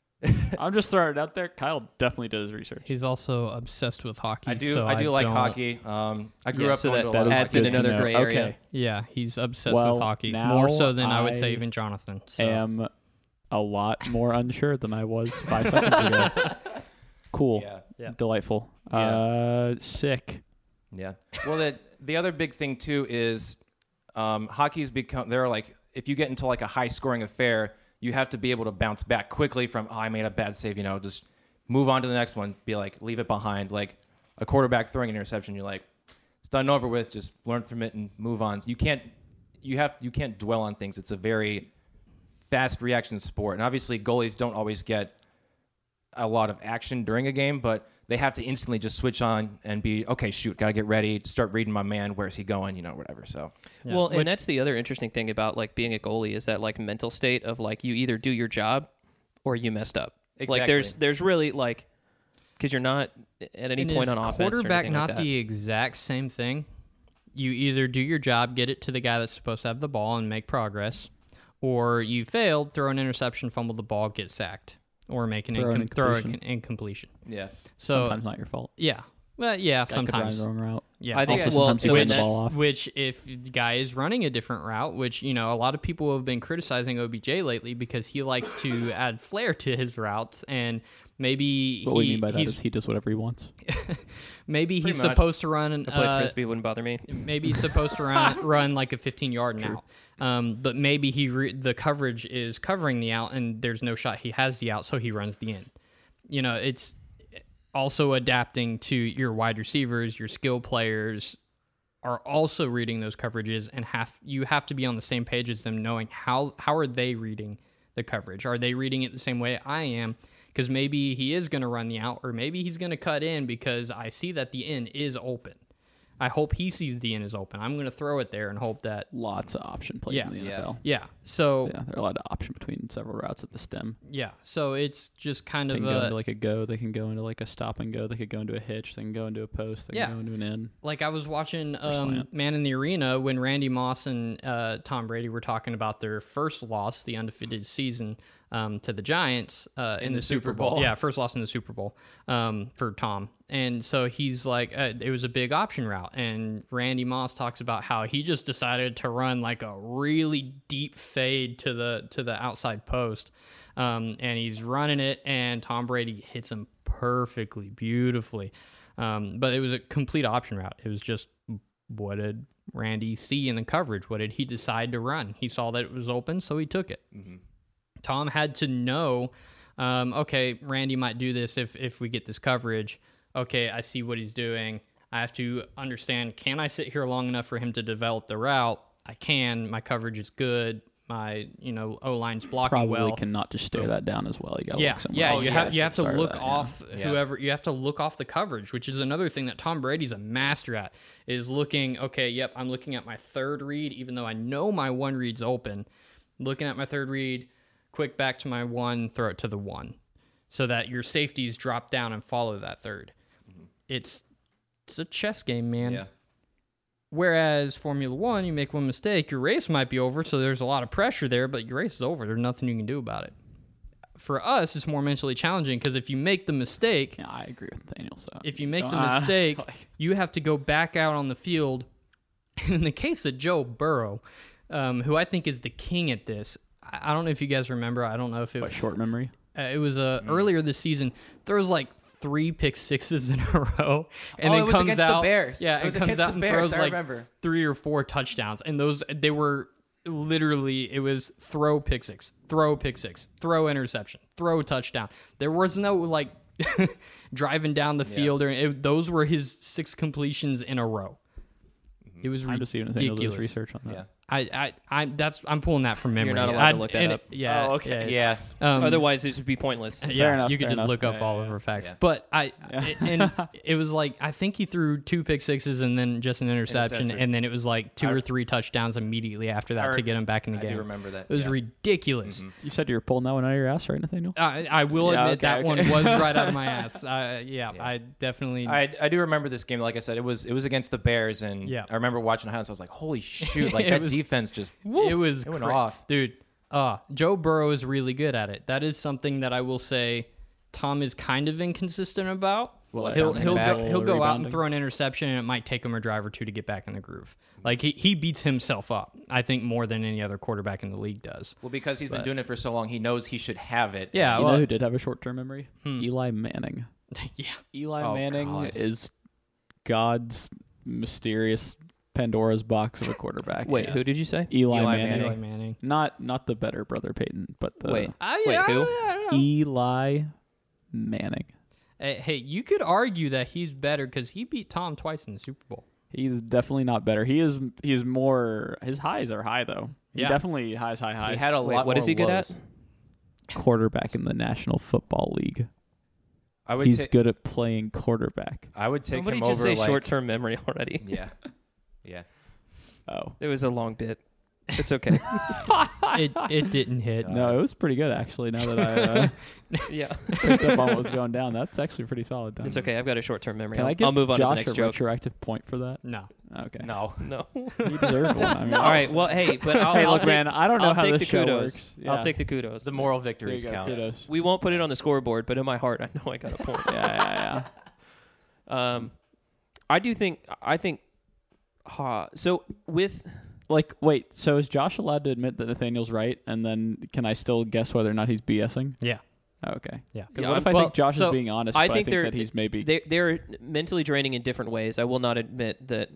D: I'm just throwing it out there. Kyle definitely did his research.
B: He's also obsessed with hockey.
C: I do
B: so
C: I do like
B: don't-
C: hockey. Um, I grew
A: Yeah,
C: up
A: so that-
C: going to a
A: that
C: lot of
A: adds
C: hockey
A: in another
C: games.
A: gray area.
D: Okay.
B: Yeah, he's obsessed
D: Well,
B: with hockey
D: now
B: more so than I, would say
D: I
B: even Jonathan. So.
D: am a lot more unsure than I was five seconds ago. <laughs> Cool.
C: Yeah.
B: Yeah.
D: Delightful.
C: Yeah.
D: Uh, sick.
C: Yeah. Well, the the other big thing too is um, hockey's become. There are like if you get into like a high scoring affair, you have to be able to bounce back quickly from oh I made a bad save. You know, just move on to the next one. Be like leave it behind. Like a quarterback throwing an interception, you're like it's done and over with. Just learn from it and move on. So you can't you have you can't dwell on things. It's a very fast reaction sport, and obviously goalies don't always get a lot of action during a game, but they have to instantly just switch on and be okay. Shoot, gotta get ready. Start reading my man. Where's he going? You know, whatever. So
B: Yeah,
A: Well,
B: which-
A: and that's the other interesting thing about like being a goalie is that like mental state of like you either do your job or you messed up. Like there's
C: Exactly.
A: there's really like because you're not at any
B: And
A: point
B: is
A: on offense. or
B: Quarterback,
A: anything
B: not
A: like that.
B: the exact same thing. You either do your job, get it to the guy that's supposed to have the ball and make progress, or you failed, throw an interception, fumble the ball, get sacked, or make an
D: Throw an
B: incom- throw an
D: incompletion.
B: incompletion.
C: yeah,
B: So
D: Sometimes not your fault.
B: yeah, Well, yeah,
D: Guy could run
B: sometimes.
D: the wrong route.
B: Yeah,
A: I think
D: also,
A: well,
D: sometimes he
A: so
D: ran
A: in
D: the ball
A: that,
D: off.
B: Which, if the guy is running a different route, which you know, a lot of people have been criticizing OBJ lately because he likes to add flair to his routes, and maybe
D: What
B: he,
D: we mean by that
B: he's,
D: is he does whatever he wants.
B: maybe he's
C: much.
B: supposed to run an
A: I played
B: uh,
A: frisbee wouldn't bother me.
B: maybe he's supposed to run run like a 15 yard now. Um, but maybe he re- the coverage is covering the out, and there's no shot he has the out, so he runs the in. You know, it's also adapting to your wide receivers, your skill players are also reading those coverages, and have you have to be on the same page as them, knowing how how are they reading the coverage? Are they reading it the same way I am? Because maybe he is going to run the out, or maybe he's going to cut in because I see that the end is open. I hope he sees the end is open. I'm going to throw it there and hope that.
D: Lots of option plays
B: Yeah.
D: in the
A: Yeah.
D: NFL.
B: Yeah. So
D: Yeah.
B: yeah.
D: they're allowed to option between several routes at the stem.
B: So it's just kind
D: They
B: of
D: can go
B: a,
D: into like a go. They can go into like a stop and go. They could go into a hitch. They can go into a post. They
B: Yeah.
D: can go into an in.
B: like I was watching um,
D: slant.
B: Man in the Arena when Randy Moss and uh, Tom Brady were talking about their first loss, the undefeated season um, to the Giants uh, in, the, Super Bowl. Yeah, first loss in the Super Bowl um, for Tom. And so he's like, uh, it was a big option route. And Randy Moss talks about how he just decided to run like a really deep fade to the to the outside post, um, and he's running it, and Tom Brady hits him perfectly, beautifully. Um, but it was a complete option route. It was just what did Randy see in the coverage? What did he decide to run? He saw that it was open, so he took it. Tom had to know, um, okay, Randy might do this if if we get this coverage. Okay, I see what he's doing. I have to understand. Can I sit here long enough for him to develop the route? I can. My coverage is good. My you know O line's blocking
D: Probably
B: well
D: cannot just stare that down as well. You gotta
B: yeah,
D: look somewhere.
B: yeah.
D: else.
B: you
C: yeah,
B: have you have to
D: Sorry
B: look
D: about that, yeah.
B: off
C: Yeah.
B: whoever you have to look off the coverage, which is another thing that Tom Brady's a master at is looking. Okay, yep, I'm looking at my third read, even though I know my one read's open. Looking at my third read, quick back to my one, throw it to the one, so that your safeties drop down and follow that 3rd
D: Mm-hmm.
B: It's it's a chess game, man.
C: Yeah.
B: Whereas Formula One, you make one mistake, your race might be over. So there's a lot of pressure there, but your race is over. There's nothing you can do about it. For us, it's more mentally challenging because if you make the mistake,
D: Yeah, I agree with Daniel. So
B: if you make the
D: Uh, <laughs>
B: mistake, you have to go back out on the field. <laughs> In the case of Joe Burrow, um, who I think is the king at this, I I don't know if you guys remember. I don't know if it
D: what short memory?
B: uh, it was uh,
F: Mm.
B: earlier this season. Throws like three pick sixes in a <laughs> row, and
F: Oh,
B: then
F: it was
B: comes
F: against the
B: out.
F: Bears.
B: Yeah,
F: It was
B: and comes
F: against
B: out
F: the
B: and
F: Bears,
B: throws
F: I
B: like
F: remember.
B: three or four touchdowns, and those they were literally it was throw pick six, throw pick six, throw interception, throw touchdown. There was no like <laughs> driving down the field, or it, those were his six completions in a row.
F: Mm-hmm.
B: It was
D: I'm just even thinking of
B: ridiculous.
D: this research on that.
C: Yeah.
B: I, I, I, that's I'm pulling that from memory.
A: not allowed to
B: I,
A: look that
B: and-
A: up.
B: Yeah.
F: Oh, okay.
B: Yeah. Um,
A: Otherwise, this would be
B: <laughs>
A: pointless.
B: yeah,
D: enough,
B: You could
D: fair
B: just
D: enough.
B: look up all of her facts. But I, and it was like I think he threw two pick sixes and then just an interception,
C: Interception.
B: and then it was like two or three touchdowns immediately after that
C: I-
B: to get him back in the
C: I do
B: game.
C: remember that,
B: It was
C: yeah.
B: ridiculous.
D: You said you were pulling that one out of your ass, right, Nathaniel?
B: I, I will
D: Yeah,
B: admit
D: okay,
B: that
D: okay.
B: one was right out of my ass. Uh, yeah, I definitely.
C: I, I do remember this game. Like I said, it was it was against the Bears, and
B: Yeah.
C: I remember watching the highlights. I was like, "Holy shoot!" Like
B: It
C: that
B: was-
C: defense just
B: it was
C: it went
B: cra-
C: off.
B: dude. Uh, Joe Burrow is really good at it. That is something that I will say. Tom is kind of inconsistent about.
D: Well, like
B: he'll
D: bouncing
B: he'll
D: back
B: go, he'll go out and
D: rebounding.
B: throw an interception, and it might take him a drive or two to get back in the groove. Like he, he beats himself up, I think, more than any other quarterback in the league does. <laughs>
C: well because he's been doing it for so long. He knows he should have it.
B: Yeah,
D: You
B: well,
D: know who did have a short-term memory? Eli Manning.
B: yeah,
D: Eli
C: Oh,
D: Manning
C: God.
D: is God's mysterious Pandora's box of a quarterback.
A: Wait, who did you say?
D: Eli,
C: Eli
D: Manning.
C: Manning.
B: Eli Manning.
D: Not not the better brother Peyton, but the
A: Wait,
B: I,
A: wait,
B: I-
A: who?
B: I don't know.
D: Eli Manning.
B: Hey, hey, you could argue that he's better because he beat Tom twice in the Super Bowl.
D: He's definitely not better. He is he's more his highs are high though. He
B: Yeah.
D: definitely highs high highs.
C: he had a
A: Wait,
C: lot.
A: what
C: more
A: is he good
C: lows.
A: at?
D: quarterback in the National Football League.
C: I would
D: He's
C: ta-
D: good at playing quarterback.
C: I would take
A: Somebody
C: him
A: just
C: over
A: say
C: like
A: short-term memory already.
C: <laughs> yeah, yeah.
D: Oh.
A: It was a long bit. It's <laughs> okay.
B: it it didn't
D: <laughs>
B: hit.
D: No, it was pretty good actually. Now that I
C: <laughs>
D: uh,
A: yeah,
D: picked up on what was going down, that's actually pretty solid. Done.
A: it's okay. I've got a short-term memory.
D: Can
A: I'll,
D: I give
A: I'll move on
D: Josh
A: to the next
D: a
A: joke.
D: retroactive point for that?
B: No.
D: Okay,
A: <laughs>
C: No,
D: <laughs>
A: No.
D: he
B: <laughs>
D: deserved one. I mean,
A: All right. Well, hey, but I'll,
D: <laughs> hey,
A: I'll
D: look,
A: take,
D: man, I don't know
A: I'll
D: how
A: take
D: this
A: the
D: show
A: kudos.
D: works.
A: I'll
D: Yeah.
A: take the kudos.
C: the moral
D: There you
C: victories
D: go,
C: count.
D: kudos.
A: <laughs> We won't put it on the scoreboard, but in my heart, I know I got a point.
D: Yeah, yeah, yeah.
A: Um, I do think I think ha so with
D: Like, wait, so is Josh allowed to admit that Nathaniel's right, and then can I still guess whether or not he's BSing?
B: Yeah.
D: Oh, okay.
B: Yeah.
D: Because
A: Yeah,
D: what if I
A: well,
D: think Josh
A: so
D: is being honest,
A: I
D: but
A: think
D: I
A: they're-
D: think that he's maybe...
A: they they're mentally draining in different ways. I will not admit that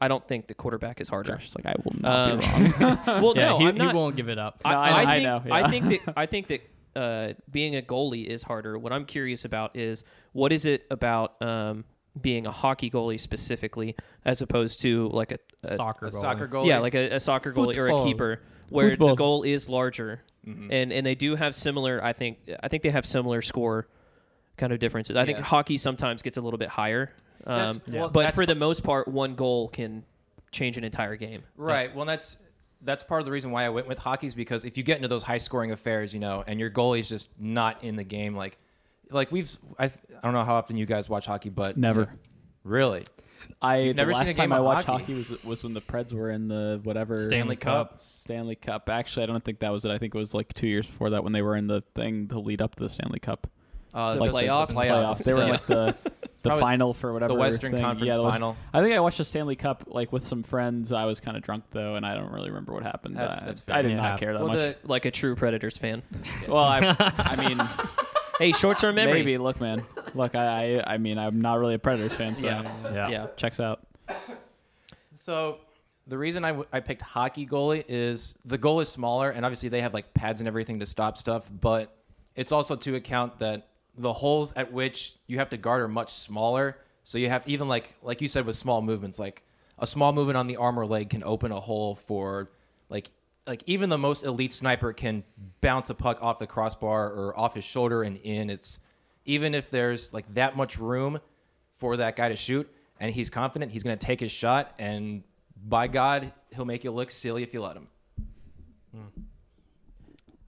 A: I don't think the quarterback is harder.
D: Josh is like, I will not
A: Um,
D: be wrong.
A: <laughs> Well,
B: yeah,
A: no,
B: he,
A: I'm not.
B: he won't give it up.
D: No, I know- I
A: think,
D: know,
A: I
D: yeah.
A: think
D: <laughs>
A: that I think that uh, being a goalie is harder. What I'm curious about is what is it about um, being a hockey goalie specifically, as opposed to like a, a
B: soccer
C: a
B: goalie.
C: soccer goal.
A: yeah, like a, a soccer goalie or a
B: Football.
A: keeper, where the
D: Football.
A: goal is larger,
C: Mm-hmm.
A: and and they do have similar. I think I think they have similar score kind of differences. I think
C: Yeah.
A: hockey sometimes gets a little bit higher,
C: That's-
A: um,
C: well,
A: but
C: that's-
A: for the most part, one goal can change an entire game.
C: Right. Well, that's that's part of the reason why I went with hockey is because if you get into those high scoring affairs, you know, and your goalie's just not in the game, like, like we've I, I don't know how often you guys watch hockey, but
D: Never.
C: really
D: I the
C: never seen
D: last
C: a game
D: time I
C: of
D: watched
C: hockey?
D: hockey, was was when the Preds were in the whatever
B: Stanley Cup.
D: Stanley Cup. Actually, I don't think that was it. I think it was like two years before that when they were in the thing to lead up to the Stanley Cup.
C: uh,
D: like
A: playoffs?
D: The, playoffs. They were in,
C: <laughs>
D: like the the
C: Probably
D: final for whatever
C: the Western
D: thing.
C: Conference
D: Yeah, the West-
C: final.
D: I think I watched the Stanley Cup like with some friends. I was kind of drunk though, and I don't really remember what happened.
C: That's-
D: I,
C: that's fair.
D: I did
B: Yeah.
D: not care that
C: Well,
D: much.
C: the,
A: Like a true Predators fan.
D: <laughs> well, I,
C: <laughs>
D: I mean,
A: hey, short term memory.
D: maybe. Look, man, look, I, I, I mean, I'm not really a Predators fan, so
B: Yeah.
A: Yeah.
D: checks out.
C: So the reason I, w- I picked hockey goalie is the goal is smaller, and obviously they have like pads and everything to stop stuff, but it's also to account that the holes at which you have to guard are much smaller. So you have even like like you said with small movements, like a small movement on the arm or leg can open a hole for like like even the most elite sniper can bounce a puck off the crossbar or off his shoulder and in. It's even if there's like that much room, for that guy to shoot, and he's confident he's going to take his shot, and by God, he'll make you look silly if you let him.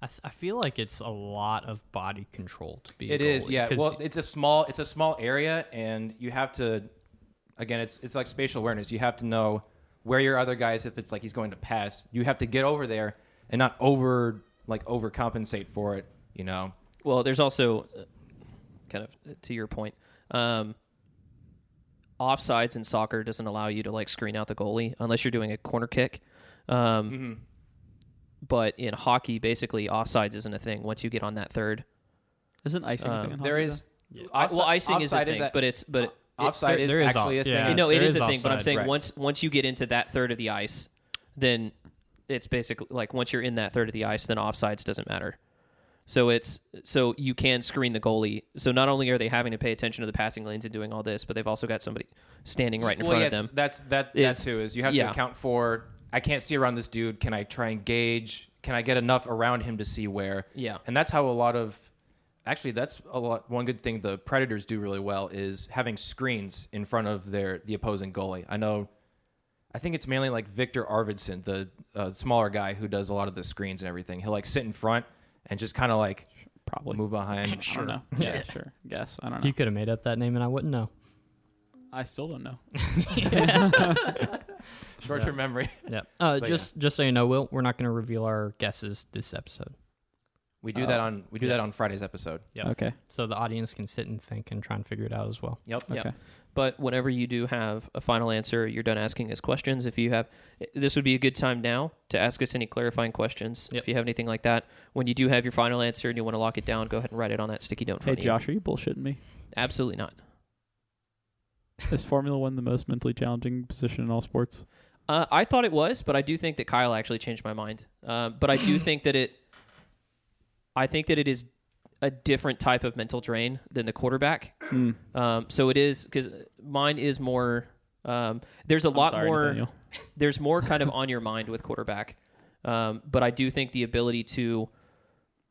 B: I, th- I feel like it's a lot of body control to be.
C: It
B: a
C: is,
B: goalie,
C: yeah.
B: 'cause
C: Well, it's a small, it's a small area, and you have to, again, it's it's like spatial awareness. You have to know where your other guy is if it's like he's going to pass. You have to get over there and not over like overcompensate for it. You know,
A: Well, there's also uh, kind of uh, to your point. Um, offsides in soccer doesn't allow you to like screen out the goalie unless you're doing a corner kick. Um,
C: Mm-hmm.
A: But in hockey, basically, offsides isn't a thing once you get on that third.
D: Isn't icing a thing in
C: Uh, there
D: hockey,
C: is
A: I- well,
C: offsi-
A: icing is a
C: offside
A: thing,
C: a-
A: but it's but
C: offside
B: there-
C: is
B: there is
C: actually
B: off-
C: a thing.
B: yeah.
A: you know it
B: there
A: is
B: is
A: a thing. But I'm
B: offside,
A: saying
C: right.
A: once once you get into that third of the ice, then it's basically like once you're in that third of the ice, then offsides doesn't matter. So it's so you can screen the goalie. So not only are they having to pay attention to the passing lanes and doing all this, but they've also got somebody standing right in
C: well,
A: front
C: yeah,
A: of them.
C: That's that.
A: Is-
C: that's who is you have
A: yeah.
C: to account for. I can't see around this dude. Can I try and gauge? Can I get enough around him to see where?
A: Yeah.
C: And that's how a lot of, actually, that's a lot. One good thing the Predators do really well is having screens in front of their the opposing goalie. I know. I think it's mainly like Victor Arvidsson, the uh, smaller guy who does a lot of the screens and everything. He'll like sit in front and just kind of like
D: probably.
C: move behind.
A: <laughs>
D: I don't know. Yeah, sure. Guess I don't know.
B: You could have made up that name and I wouldn't <laughs> know.
D: I still don't know.
C: Short term memory.
B: Yeah. Uh,
C: But
B: just just so you know, Will, we're not going to reveal our guesses this episode,
C: We do
A: Oh.
C: that on we do that on Friday's episode.
B: Yeah.
D: Okay.
B: so the audience can sit and think and try and figure it out as well.
C: Yep.
A: Yeah.
D: Okay.
A: But whenever you do have a final answer, you're done asking us questions. If you have, this would be a good time now to ask us any clarifying questions.
B: Yep.
A: If you have anything like that, when you do have your final answer and you want to lock it down, go ahead and write it on that sticky note. in
D: Hey
A: front of you.
D: Josh, are you bullshitting <laughs> me?
A: absolutely not.
D: Is Formula One the most mentally challenging position in all sports?
A: Uh, I thought it was, but I do think that Kyle actually changed my mind. Um, but I do think that it, I think that it is a different type of mental drain than the quarterback.
D: Hmm.
A: Um, so it is because mine is more. Um, there's a lot
D: sorry,
A: more.
D: Nathaniel.
A: There's more kind of on your mind with quarterback. Um, but I do think the ability to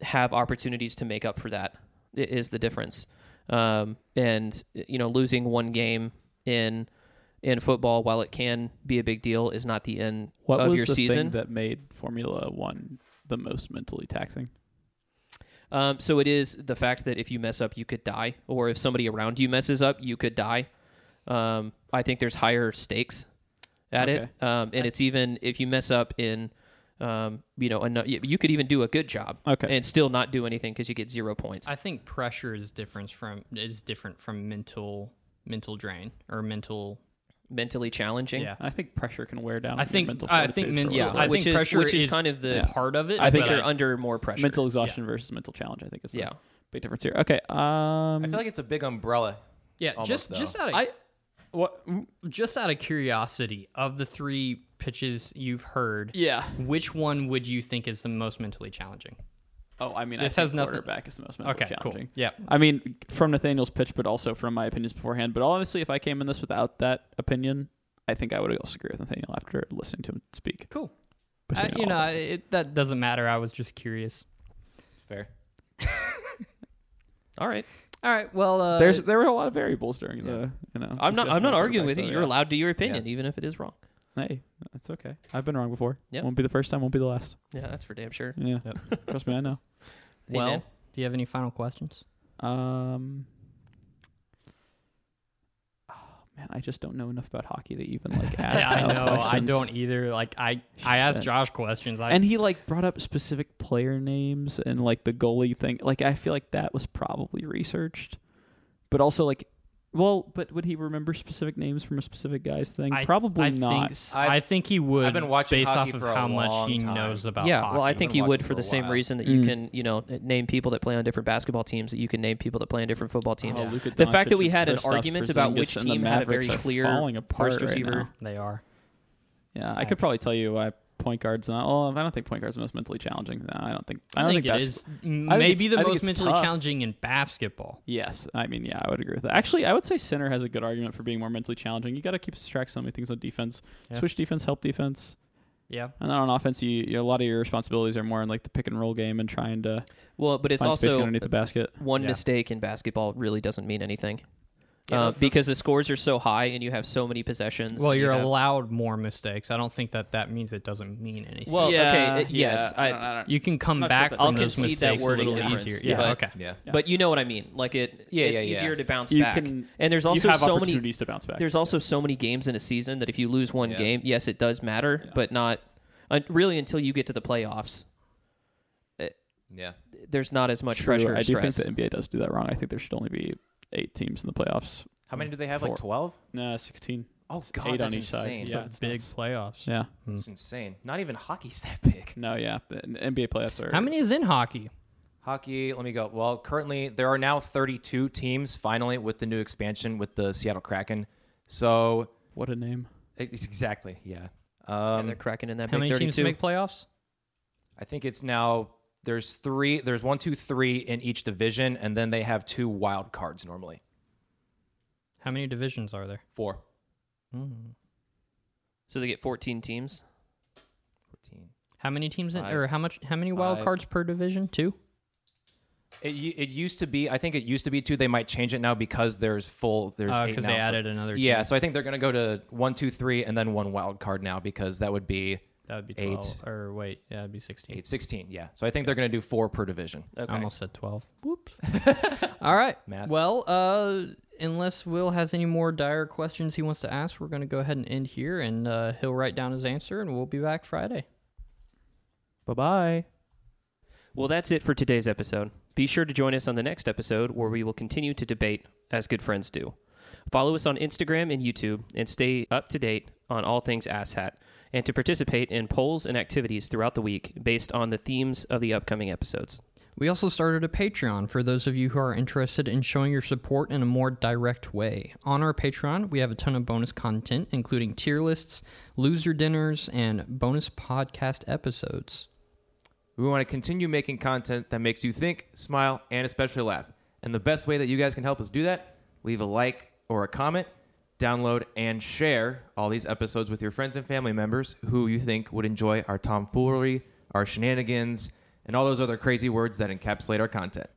A: have opportunities to make up for that i- is the difference. Um, and you know, losing one game in in football, while it can be a big deal, is not the end
D: What
A: of
D: was
A: your
D: the
A: season.
D: thing that made Formula One the most mentally taxing?
A: Um, so it is the fact that if you mess up, you could die, or if somebody around you messes up, you could die. Um, I think there's higher stakes at it, um, and it's even if you mess up in, um, you know, ano- you you could even do a good job,
D: Okay.
A: and still not do anything because you get zero points.
B: I think pressure is different from is different from mental mental drain or mental
A: mentally challenging.
B: Yeah.
D: I think pressure can wear down.
B: I
D: your
B: think-
D: mental
B: I
D: fortitude
B: think
D: for a
B: men-
D: little
A: yeah.
B: I
D: bit.
A: which is
B: think pressure
A: which is
B: is-
A: kind of the
D: yeah.
B: part of it.
D: I think
B: but
A: they're
D: I-
A: under more pressure.
D: mental exhaustion versus mental challenge. I think is the
A: Yeah.
D: big difference here. Okay, um,
C: I feel like it's a big umbrella.
B: yeah,
C: Almost,
B: just
C: though.
B: just out of
D: I what? mm.
B: just out of curiosity, of the three pitches you've heard,
D: Yeah.
B: which one would you think is the most mentally challenging?
D: Oh, I mean,
B: This
D: I think
B: has nothing-
D: Quarterback is the most mentally
B: Okay, cool.
D: challenging.
B: Yeah.
D: I mean, from Nathaniel's pitch, but also from my opinions beforehand. But honestly, if I came in this without that opinion, I think I would also agree with Nathaniel after listening to him speak.
B: Cool.
D: between
B: Uh, you
D: all
B: know,
D: of us.
B: it, that doesn't matter. I was just curious.
C: Fair.
A: All right.
B: All right. Well, uh,
D: there's there were a lot of variables during the you know.
A: I'm not.
D: discussion
A: I'm not
D: about
A: arguing with you.
D: quarterbacks,
A: You're
D: so,
A: allowed to your opinion, even if it is wrong.
D: yeah. Hey, that's okay. I've been wrong before.
A: Yep.
D: Won't be the first time. Won't be the last.
A: Yeah, that's for damn sure.
D: Yeah. <laughs> Trust me, I know.
A: Hey,
B: well.
A: man.
B: Do you have any final questions?
D: Um. Oh man, I just don't know enough about hockey to even like ask.
B: Yeah, I
D: Kyle
B: know. I
D: questions.
B: don't either. Like I, I asked
D: Shit.
B: Josh questions. I,
D: and he like brought up specific player names and like the goalie thing. Like I feel like that was probably researched, but also like, well, but would he remember specific names from a specific guy's thing?
B: I-
D: probably
B: I
D: not.
B: Think, s-
C: I've-
B: I think he would.
C: I've been watching
B: based
C: hockey
B: off of
C: for a
B: how much
C: long
B: he
C: time.
B: knows about.
A: yeah, well, I
B: hockey.
A: think
C: I've
A: you
C: been
A: would
C: watching
A: for
C: for
A: the
C: a
A: same
C: while.
A: reason that you
D: Mm.
A: can, you know, name people that play on different basketball teams that you can name people that play on different football teams.
D: Oh, Luka
A: The fact that
D: Doncic
A: we
D: and
A: had an
D: Kristaps
A: argument about which
D: Porzingis and the
A: team had a very
D: Mavericks are
A: clear
D: falling apart
A: first
D: right
A: receiver.
D: now.
B: they are.
D: Yeah, I could probably tell you why point guard's not. Well, I don't think point guard's the most mentally challenging. No, I don't think. I don't think,
B: it
D: bas-
B: is
D: I think
B: maybe
D: it's-
B: the
D: I think
B: most
D: it's
B: mentally
D: tough.
B: challenging in basketball.
D: Yes, I mean, yeah, I would agree with that. Actually, I would say center has a good argument for being more mentally challenging. You got to keep track of so many things on defense.
B: Yeah.
D: Switch defense, help defense,
B: Yeah.
D: and then on offense, you, you a lot of your responsibilities are more in like the pick and roll game and trying to
A: Well, but it's
D: find spacing
A: also
D: underneath the basket.
A: one
B: Yeah.
A: mistake in basketball really doesn't mean anything.
C: Yeah,
A: uh,
C: that's-
A: because the scores are so high and you have so many possessions.
B: Well,
A: and you
B: you're
A: have-
B: allowed more mistakes. I don't think that that means it doesn't mean anything.
A: Well, okay, it- yes, I,
B: you can come
D: not sure
B: back
D: if
A: I'll
B: from those
A: concede that
B: mistakes a
A: wording
B: little
A: difference,
B: easier.
A: but-
B: Yeah. Okay.
C: Yeah.
D: Yeah.
A: but you know what I mean. Like it,
C: Yeah,
A: it's
C: yeah, yeah.
A: easier to bounce
D: You
A: back.
D: can-
A: and there's also
D: you have
A: so many
D: opportunities to bounce back.
A: There's also so many games in a season that if you lose one
C: Yeah.
A: game, yes, it does matter, but not uh, really until you get to the playoffs.
C: Yeah.
A: There's not as much
D: True,
A: pressure or
D: I do
A: stress.
D: think the NBA does do that wrong. I think there should only be eight teams in the playoffs.
C: How many do they have?
D: Four.
C: Like twelve?
D: Nah, sixteen.
C: Hmm. Oh god,
D: eight
C: that's
D: on each side.
C: insane. Hmm.
D: Yeah, it's
B: Big
D: nuts.
B: playoffs.
D: Yeah.
C: It's insane. Not even hockey's that big.
D: No, yeah. The the NBA playoffs are
B: How many is in hockey?
C: Hockey, let me go. Well, currently there are now 32 teams finally with the new expansion with the Seattle Kraken. So,
D: What a name.
C: it's exactly, yeah.
A: and
C: Um,
A: they're cracking in that
B: How
A: big
B: many
A: 32.
B: teams make playoffs?
C: I think it's now there's three, there's one, two, three in each division, and then they have two wild cards normally.
B: How many divisions are there?
C: Four. Hmm.
A: so they get 14 teams.
C: 14.
B: How many teams in,
C: Five.
B: or how much? How many wild
C: Five.
B: cards per division? Two.
C: It, u- it used to be, I think it used to be two. They might change it now because there's full, there's
B: Oh,
C: eight
B: because
C: now.
B: they
C: so-
B: added another. Team.
C: yeah, so I think they're going to go to one, two, three, and then one wild card now because that would be
B: that would be
C: eight.
B: twelve. Or wait, yeah, that'd be sixteen.
C: eight, 16. Yeah. So I think they're going to do four per division.
A: Okay.
B: I almost said twelve. Whoops. <laughs> All right.
C: Math.
B: Well, uh, unless Will has any more dire questions he wants to ask, we're going to go ahead and end here, and uh, he'll write down his answer, and we'll be back Friday.
C: Bye bye.
A: Well, that's it for today's episode. Be sure to join us on the next episode where we will continue to debate as good friends do. Follow us on Instagram and YouTube and stay up to date on all things asshat and to participate in polls and activities throughout the week based on the themes of the upcoming episodes.
B: We also started a Patreon for those of you who are interested in showing your support in a more direct way. On our Patreon, we have a ton of bonus content, including tier lists, loser dinners, and bonus podcast episodes.
C: We want to continue making content that makes you think, smile, and especially laugh. And the best way that you guys can help us do that, leave a like or a comment, download and share all these episodes with your friends and family members who you think would enjoy our tomfoolery, our shenanigans, and all those other crazy words that encapsulate our content.